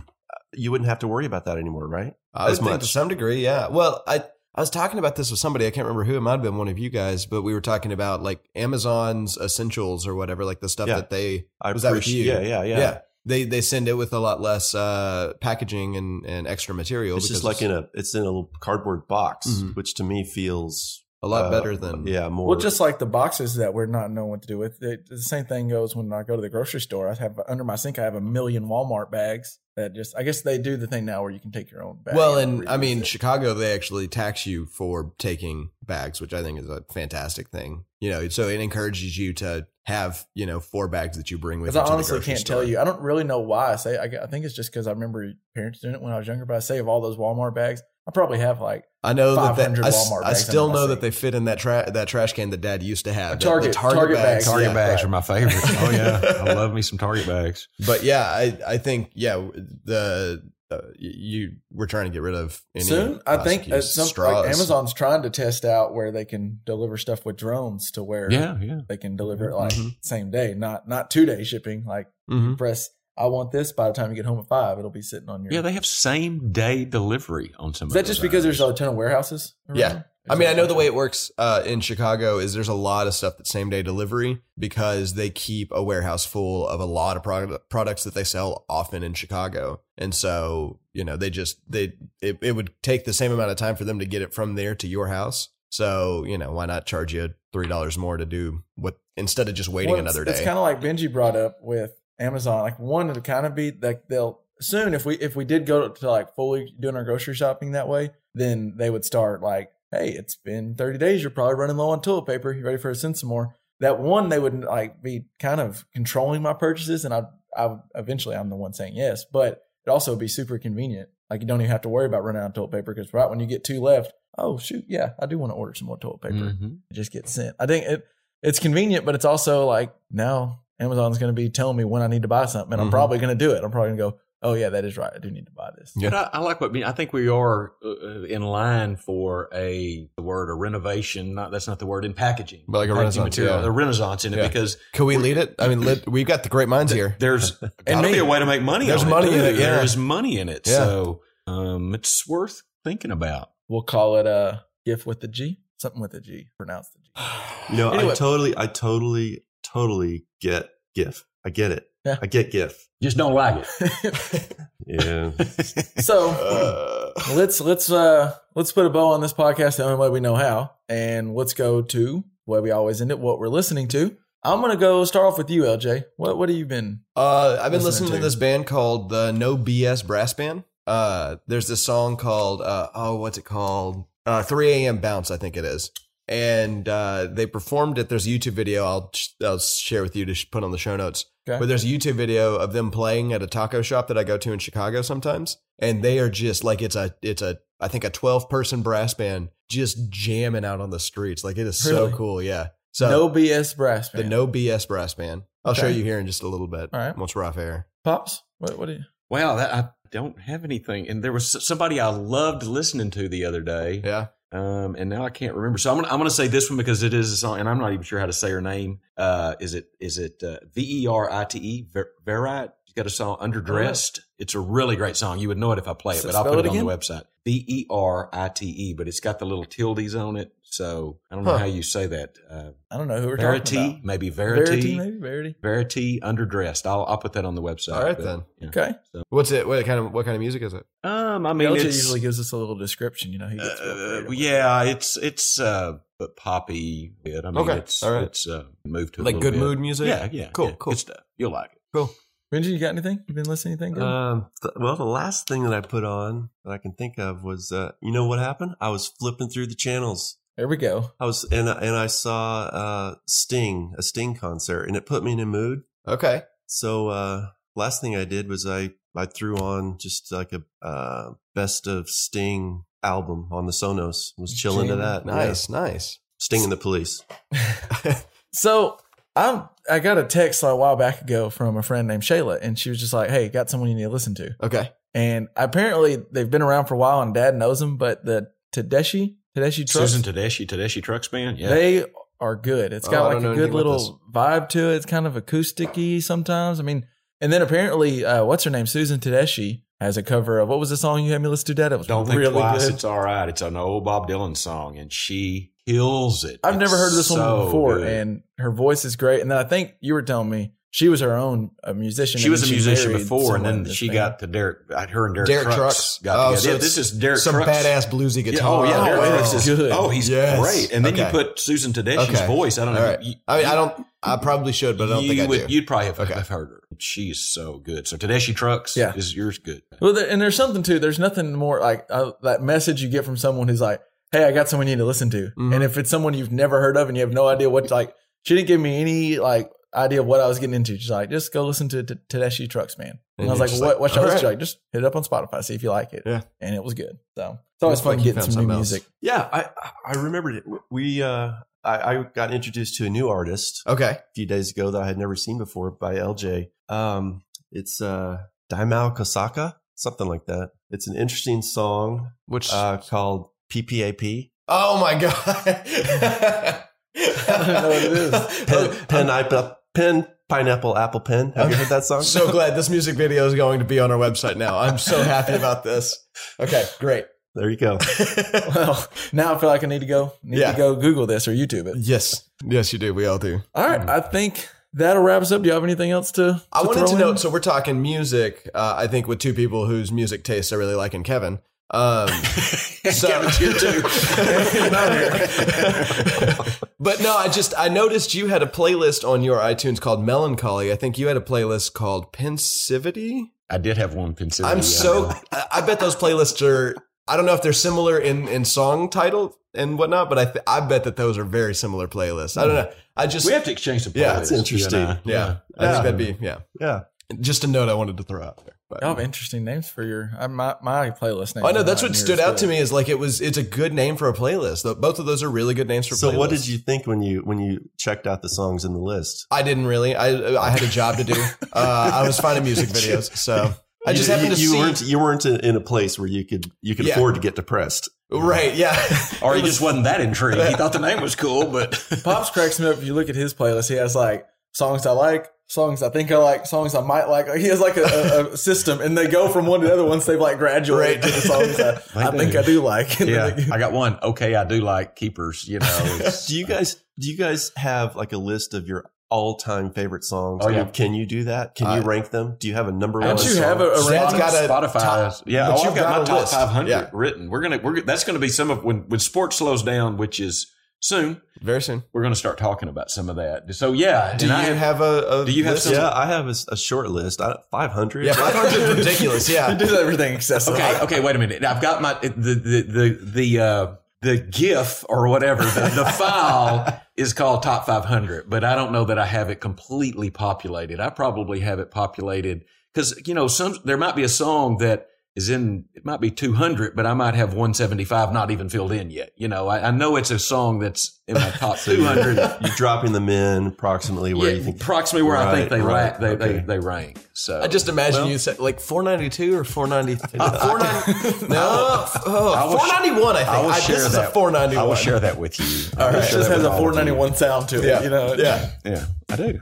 C: You wouldn't have to worry about that anymore, right?
E: I would
C: As
E: think to
C: much.
E: some degree, yeah. Well, I I was talking about this with somebody. I can't remember who. It might have been one of you guys, but we were talking about like Amazon's essentials or whatever, like the stuff
C: Yeah.
E: that they
C: I
E: was that with you?
C: appreciate- Yeah, yeah, yeah.
E: They they send it with a lot less uh, packaging and, and extra material.
C: It's just like
E: because
C: in a it's in a little cardboard box,
E: Mhm.
C: which to me feels
E: a lot
C: uh,
E: better than
C: yeah more.
B: Well, just like the boxes that we're not knowing what to do with. It, the same thing goes when I go to the grocery store. I have under my sink. I have a million Walmart bags that just. I guess they do the thing now where you can take your own bag.
E: Well, and I
B: reuse
E: mean,
B: it.
E: Chicago, they actually tax you for taking bags, which I think is a fantastic thing. You know, so it encourages you to have you know four bags that you bring with.
B: Because
E: you
B: I
E: to the
B: honestly
E: grocery
B: can't
E: store.
B: tell you. I don't really know why I say. I, gu- I think it's just because I remember parents doing it when I was younger. But I save all those Walmart bags. I probably have like
E: I know that, that
B: 500
E: I, s-
B: Walmart
E: I
B: bags
E: still
B: under my
E: know
B: seat.
E: that they fit in that tra- that trash can that Dad used to have.
B: A
E: that- the
B: Target- Target bags.
D: Target
E: yeah.
D: bags
B: right.
D: are my
E: [laughs]
D: favorite. Oh yeah, I love me some Target bags.
E: But yeah, I I think yeah the. Uh, y- you we're trying to get rid of any
B: soon. I think
E: plastic
B: at
E: use
B: some like Amazon's trying to test out where they can deliver stuff with drones to where
D: Yeah, yeah.
B: they can deliver it like
E: Mhm.
B: same day, not not two day shipping. Like
E: Mhm.
B: press, I want this. By the time you get home at five, it'll be sitting on your.
D: Yeah, they have same day delivery on some.
B: Is
D: of
B: that
D: those uh,
B: just because there's
D: items.
B: a ton of warehouses? around?
E: Yeah.
B: Is
E: I mean,
B: that-
E: I know the way it works uh, in Chicago is there's a lot of stuff that's same day delivery because they keep a warehouse full of a lot of product, products that they sell often in Chicago, and so you know they just they it, it would take the same amount of time for them to get it from there to your house. So you know why not charge you three dollars more to do what instead of just waiting
B: Well, it's-
E: another
B: It's
E: day?
B: kind of like Benji brought up with Amazon. Like one to kind of be like they'll soon if we if we did go to like fully doing our grocery shopping that way, then they would start like, hey, it's been 30 days. You're probably running low on toilet paper. You ready for a send some more? That one they would like be kind of controlling my purchases, and I I eventually I'm the one saying yes, but it also would be super convenient. Like you don't even have to worry about running out of toilet paper because right when you get two left, oh shoot, yeah, I do want to order some more toilet paper
D: Mhm.
B: it just gets sent. I think it it's convenient, but it's also like now Amazon's going to be telling me when I need to buy something, and I'm
E: Mhm.
B: probably going to do it. I'm probably going to go, oh yeah, that is right. I do need to buy this.
E: Yeah.
D: But I, I like what I think we are uh, in line for a the word a renovation. Not that's not the word in packaging.
E: But like a
D: Packaging
E: renaissance,
D: material,
E: yeah.
D: a renaissance in it
E: Yeah.
D: because
E: Can we lead it? I mean, let, we've got the great minds here.
D: there's got to
B: me.
D: be a way to make money.
E: There's
D: on
E: money
D: it,
E: in
D: too.
E: it, yeah.
D: There's money in it,
E: Yeah.
D: so um, it's worth thinking about.
B: We'll call it a gift with the G, something with the G, pronounce the G.
C: [laughs] you know
B: Anyway.
C: I totally I totally totally get GIF. I get it.
B: Yeah.
C: I get GIF.
D: Just don't like
E: [laughs]
C: Yeah.
D: it.
B: [laughs] So
E: Uh,
B: let's let's uh let's put a bow on this podcast the only way we know how, and let's go to where we always end it. What we're listening to. I'm gonna go start off with you, LJ. What what have you been?
E: Uh, I've been
B: Listening
E: listening to
B: to.
E: this band called the No BS Brass Band. Uh, there's this song called uh, oh, what's it called? Uh, 3 a.m. Bounce, I think it is. And uh, they performed it. There's a YouTube video I'll I'll share with you to sh- put on the show notes.
B: Okay.
E: But there's a YouTube video of them playing at a taco shop that I go to in Chicago sometimes, and they are just like it's a it's a I think a 12 person brass band just jamming out on the streets. Like it is
B: Really?
E: so cool. Yeah. So
B: no BS brass
E: the
B: band.
E: no BS brass band. I'll show
B: Okay.
E: you here in just a little bit.
B: All right.
E: Once we're off air.
B: pops. What what do you?
D: Wow, that, I don't have anything. And there was s- somebody I loved listening to the other day,
E: Yeah.
D: um, and now I can't remember. So I'm gonna, I'm gonna say this one because it is a song, and I'm not even sure how to say her name. Uh, is it is it uh, V E R I T E Ver- Verite? She's got a song Underdressed. It's a really great song. You would know it if I play it,
B: Oh. So
D: but I'll
B: spell
D: put
B: it
D: it, on the
B: again?
D: website. V E R I T E, but it's got the little tildes on it. So I don't know
E: Huh.
D: how you say that. Uh,
B: I don't know who we're talking
D: Verity,
B: about.
D: maybe
B: Verity,
D: Verity.
B: maybe Verity.
D: Verity underdressed. I'll, I'll put that on the website.
E: All right,
D: but,
E: then.
D: yeah.
B: Okay.
E: What's it? What kind of what kind of music is it?
D: Um, I mean,
B: LJ
D: it's,
B: usually gives us a little description. You know, he gets real
D: Uh,
B: creative.
D: yeah, it's it's uh but poppy. Good. I mean,
E: Okay,
D: it's
E: all right.
D: it's uh, moved to a
E: Like
D: little
E: good
D: bit.
E: mood music?
D: Yeah, yeah,
E: Cool,
D: yeah.
E: cool.
D: Good stuff. You'll like it.
B: Benji, you got anything? You been listening to anything?
D: Uh,
B: good?
C: um, th- well, the last thing that I put on that I can think of was uh, you know what happened? I was flipping through the channels.
B: there we go.
C: I was and I- and I saw uh, Sting, a Sting concert, and it put me in a mood.
E: Okay.
C: So uh last thing I did was I I threw on just like a uh best of Sting album on the Sonos. Was chilling to
B: Jamming.
C: that. Yeah.
E: Nice, nice.
C: Sting and the Police.
B: So I'm, I got a text a while back ago from a friend named Shayla, and she was just like, "Hey, got someone you need to listen to."
E: [laughs] Okay.
B: And apparently, they've been around for a while, and Dad knows them. But the Tedeschi Tedeschi Trucks,
D: Susan Tedeschi, Tedeschi Trucks Band. Yeah.
B: they are good. It's
E: Oh, I
B: got
E: don't
B: like
E: know
B: a good
E: anything about
B: little vibe to it. It's kind of acousticy sometimes. I mean, and then apparently, uh, what's her name? Susan Tedeschi has a cover of what was the song you had me listen to? Dad, it was
D: Don't think
B: really
D: twice.
B: good.
D: It's all right. It's an old Bob Dylan song, and she kills it.
B: I've
D: It's
B: never heard of this
D: so
B: woman before,
D: good.
B: and her voice is great. And then I think you were telling me she was her own a musician.
D: she
B: and
D: was a
B: then
D: musician
B: married
D: before, and
B: someone
D: then
B: that's
D: she
B: famous.
D: got to Derek. Her and Derek,
E: Derek
D: Trucks,
E: Trucks.
D: got
E: Oh,
D: together.
E: so
D: Yeah,
E: it's
D: this is Derek
E: Some
D: Trucks.
E: badass bluesy
D: Yeah,
E: guitar.
D: oh yeah, Derek
B: wow.
D: Trucks is
B: Good.
D: oh he's
E: Yes.
D: great. And then you
E: Okay.
D: put Susan Tedeschi's
E: Okay.
D: voice. I don't know.
E: All right.
D: You-
E: I mean, I don't. I probably should, but I don't
D: you
E: think I
D: would,
E: do.
D: You'd probably have,
E: Okay.
D: have heard her. She's so good. So Tedeschi Trucks
B: Yeah.
D: is yours good.
B: Well, there, and there's something too. There's nothing more like uh, that message you get from someone who's like, "Hey, I got someone you need to listen to,"
E: Mhm.
B: and if it's someone you've never heard of and you have no idea what, like, she didn't give me any like idea of what I was getting into. She's like, "Just go listen to T- Tedeschi Trucks, man." And, I
E: And
B: was
E: you're
B: like,
E: just
B: "What?
E: like,
B: what should I
E: all
B: listen to?"
E: right.
B: Like, just hit it up on Spotify, see if you like it.
E: Yeah.
B: and it was good. So it's always
E: Looks
B: fun
E: like you
B: getting
E: found
B: some new
E: something else.
B: music.
C: Yeah, I I remembered it. We uh, I, I got introduced to a new artist
E: Okay.
C: a few days ago that I had never seen before by LJ. Um, it's uh, Daimao Kosaka, something like that. It's an interesting song
E: Which?
C: uh, called PPAP.
E: oh
D: [laughs]
E: my god. I
B: don't know what it
E: [laughs]
B: is.
C: Pen, pen, apple- pen, pineapple, apple pen. Have you heard that song?
E: so glad this music video is going to be on our website now. I'm so happy about this. Okay, great.
C: there you [laughs] go. Um,
B: [laughs]
E: [laughs]
B: Well, now I feel like I need to go need
E: Yeah.
B: to go Google this or YouTube it.
E: yes, yes, you do. We all do.
B: All right, I think that'll wrap us up. Do you have anything else to?
E: Mm. I wanted
B: throw
E: to
B: in? [laughs]
E: know. So we're talking music. Uh, I think with two people whose music tastes I really like, and Kevin. Um, so,
D: Kevin,
E: [laughs]
D: you too.
E: but no, I just I noticed you had a playlist on your iTunes called Melancholy. I think you had a playlist called Pensivity.
D: I did have one considered. uh,
E: I'm
D: yeah.
E: so I I bet those playlists are. I don't know if they're similar in in song title and whatnot, but I th- I bet that those are very similar playlists. I don't know. I just [laughs]
D: We have to exchange the playlist.
E: Yeah,
C: it's interesting.
D: you and I.
E: yeah, I
C: Yeah.
E: think that'd be yeah.
C: Yeah.
E: Just a note I wanted to throw out there. But.
B: Y'all have interesting names for your uh, my my playlist name.
D: oh,
E: I know that's what stood out to me is like it was it's a good name for a playlist. Tho- Both of those are really good names for
C: So, what did
E: playlists.
C: you think when you when you checked out the songs in the list?
E: I didn't really. I I had a job
D: [laughs]
E: to do. Uh, I was finding music videos, so I just
C: You-
E: happened
C: you,
E: to
C: you
E: see.
C: weren't you weren't in in a place where you could you could
E: Yeah.
C: afford to get depressed.
E: Right? Yeah. [laughs]
D: Or he just wasn't that intrigued. He thought the name was cool, but
B: Pops cracks me up. If you look at his playlist, he has like songs I like, songs I think I like, songs I might like. He has like a, a, [laughs] a system, and they go from one to the other once they've like graduated
E: Right.
B: to the songs [laughs] I, I
D: They
B: think
D: do.
B: I do like. [laughs] And then
D: yeah,
B: they go-
D: I got one. Okay, I do like keepers. You know,
E: [laughs]
D: it's-
C: Do you guys do you guys have like a list of your all time favorite songs?
D: Oh,
C: I mean,
D: yeah.
C: Can you do that? Can
E: I-
C: you rank them? Do you have a number
B: Don't
C: one?
B: you
C: song?
B: have a, a
E: Dad's
B: random?
E: got a
D: Spotify.
E: top-
D: yeah, oh,
E: but you've
D: I've got,
E: got
D: my
E: a
D: top
E: list.
D: 500
E: Yeah.
D: written. We're gonna we're that's gonna be some of when when sports slows down, which is soon.
E: Very soon.
D: We're gonna start talking about some of that. So yeah,
E: Do
D: and
E: you
D: I have-
E: have a, a
D: Do you have
E: list?
D: some- [laughs]
C: Yeah, I have a, s- a short list. Five hundred.
E: Yeah, five hundred
C: [laughs]
E: is ridiculous.
B: He
D: [laughs]
E: Yeah.
B: does everything accessible.
D: Okay, okay, wait a minute. I've got my the the the the uh, the GIF or whatever the, the
C: [laughs]
D: file is called Top 500, but I don't know that I have it completely populated. I probably have it populated because you know some there might be a song that is in it might be 200, but I might have 175 not even filled in yet. You know, I, I know it's a song that's in my
C: [laughs]
D: top 200.
C: You're dropping them in approximately where you
D: Yeah,
C: think.
D: approximately where I think
C: Right,
D: they,
C: right,
D: rank, they, they
C: okay.
D: they rank. So
E: I just imagine
C: Well-
E: you said like four ninety two or four
D: [laughs]
E: ninety three. Four ninety [laughs] no
D: Uh,
E: oh,
D: I will sh-
E: four ninety one. I think
D: I will
E: I-
D: share
E: this is a
D: that.
E: four ninety
D: I will
E: one.
D: share that with you. I
B: All
D: will
B: right. It
D: share
B: just
D: that
B: has
D: with
B: a
D: all of you.
B: 491 sound to it.
E: Yeah.
B: You know.
E: Yeah.
D: Yeah, I do.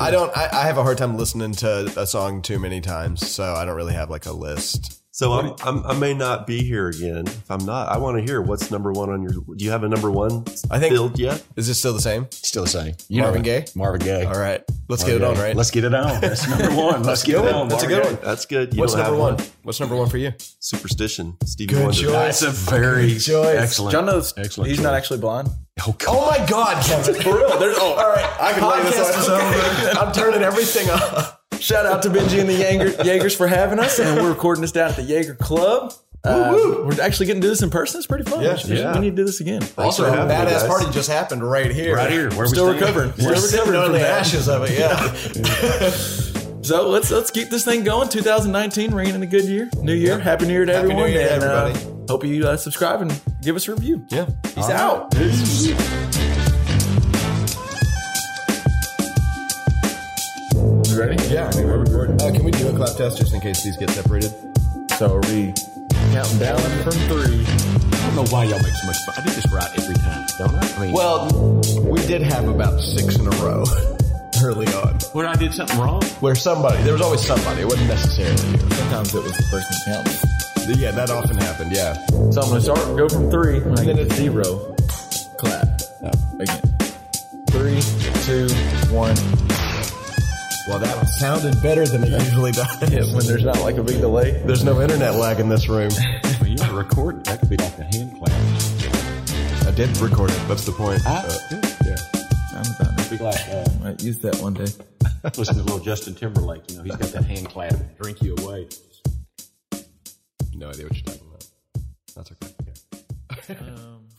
E: I don't. I, I have a hard time listening to a song too many times, so I don't really have like a list.
C: So I'm, I'm, I may not be here again. If I'm not, I want to hear what's number one on your. Do you have a number one?
E: I think-
C: filled yet.
E: Is this still the same?
D: Still the same. You
E: Marvin
D: it.
E: Gaye?
D: Marvin Gaye.
E: All right, let's get it on. Right,
D: Let's get it on. That's number one. Let's get it on.
E: That's a
D: Marvin
E: good
D: Gaye.
E: one.
C: That's good. You
E: What's
C: don't have
E: number one? What's number one for you?
C: Superstition. Stevie
E: Good
C: Wonder.
E: choice.
D: That's a very
E: choice.
D: excellent.
B: John knows
D: Excellent
B: he's not
D: choice.
B: actually blind.
D: oh, God.
E: Oh my God, Kevin!
B: [laughs] For real. There's, oh, all right. I can lay
E: Podcast
B: this
E: is
B: on.
E: over. [laughs] I'm turning everything off.
B: Shout out to Benji and the Jaeger, Jaegers for having us, and we're recording this down at the Jaeger Club. Uh, We're actually getting to do this in person. It's pretty fun.
E: Yeah,
B: we, should-
C: yeah.
B: we need to do this again.
E: Also, a
C: having me,
E: badass
C: guys.
E: party just happened right here.
D: Right here. Where
B: Still
D: we stand.
B: recovering.
E: We're
B: Still
E: sitting
B: recovering
E: on
B: from
E: the
B: that.
E: ashes of it. Yeah.
B: So let's let's keep this thing going. 2019, ringing in a good year. New year. Happy New Year to
E: Happy New
B: everyone.
E: Year to
B: and, uh,
E: everybody.
B: hope you uh, subscribe and give us a review.
E: yeah.
B: Peace out.
E: You ready?
B: Yeah, I mean, we're recording.
E: Uh, can we do a clap test just in case these get separated?
B: So are we counting down from three?
D: I don't know why y'all make so much fun. I do this right every time, don't I? I mean,
E: Well, we did have about six in a row [laughs] early on,
D: when I did something wrong,
E: where somebody there was always somebody. It wasn't necessarily you.
B: Sometimes it was the person counting.
E: Yeah, that often happened. Yeah.
B: So I'm gonna start go from three, and then it's zero. Clap. No, again. Three, two, one.
E: Well, that sounded better than it usually [laughs]
B: Hit
E: does.
B: when there's not like a big delay.
E: There's no internet lag in
D: [laughs]
E: this room.
D: when you were recording, that could be like a hand clap.
E: I did record it. That's the point.
D: Ah.
E: Uh, yeah.
B: I'm about to
D: Be like, uh,
B: might use that one day.
D: listen to little Justin Timberlake. You know, he's got that hand clap, drink you away.
E: No idea what you're talking about. That's okay. Yeah.
B: Um,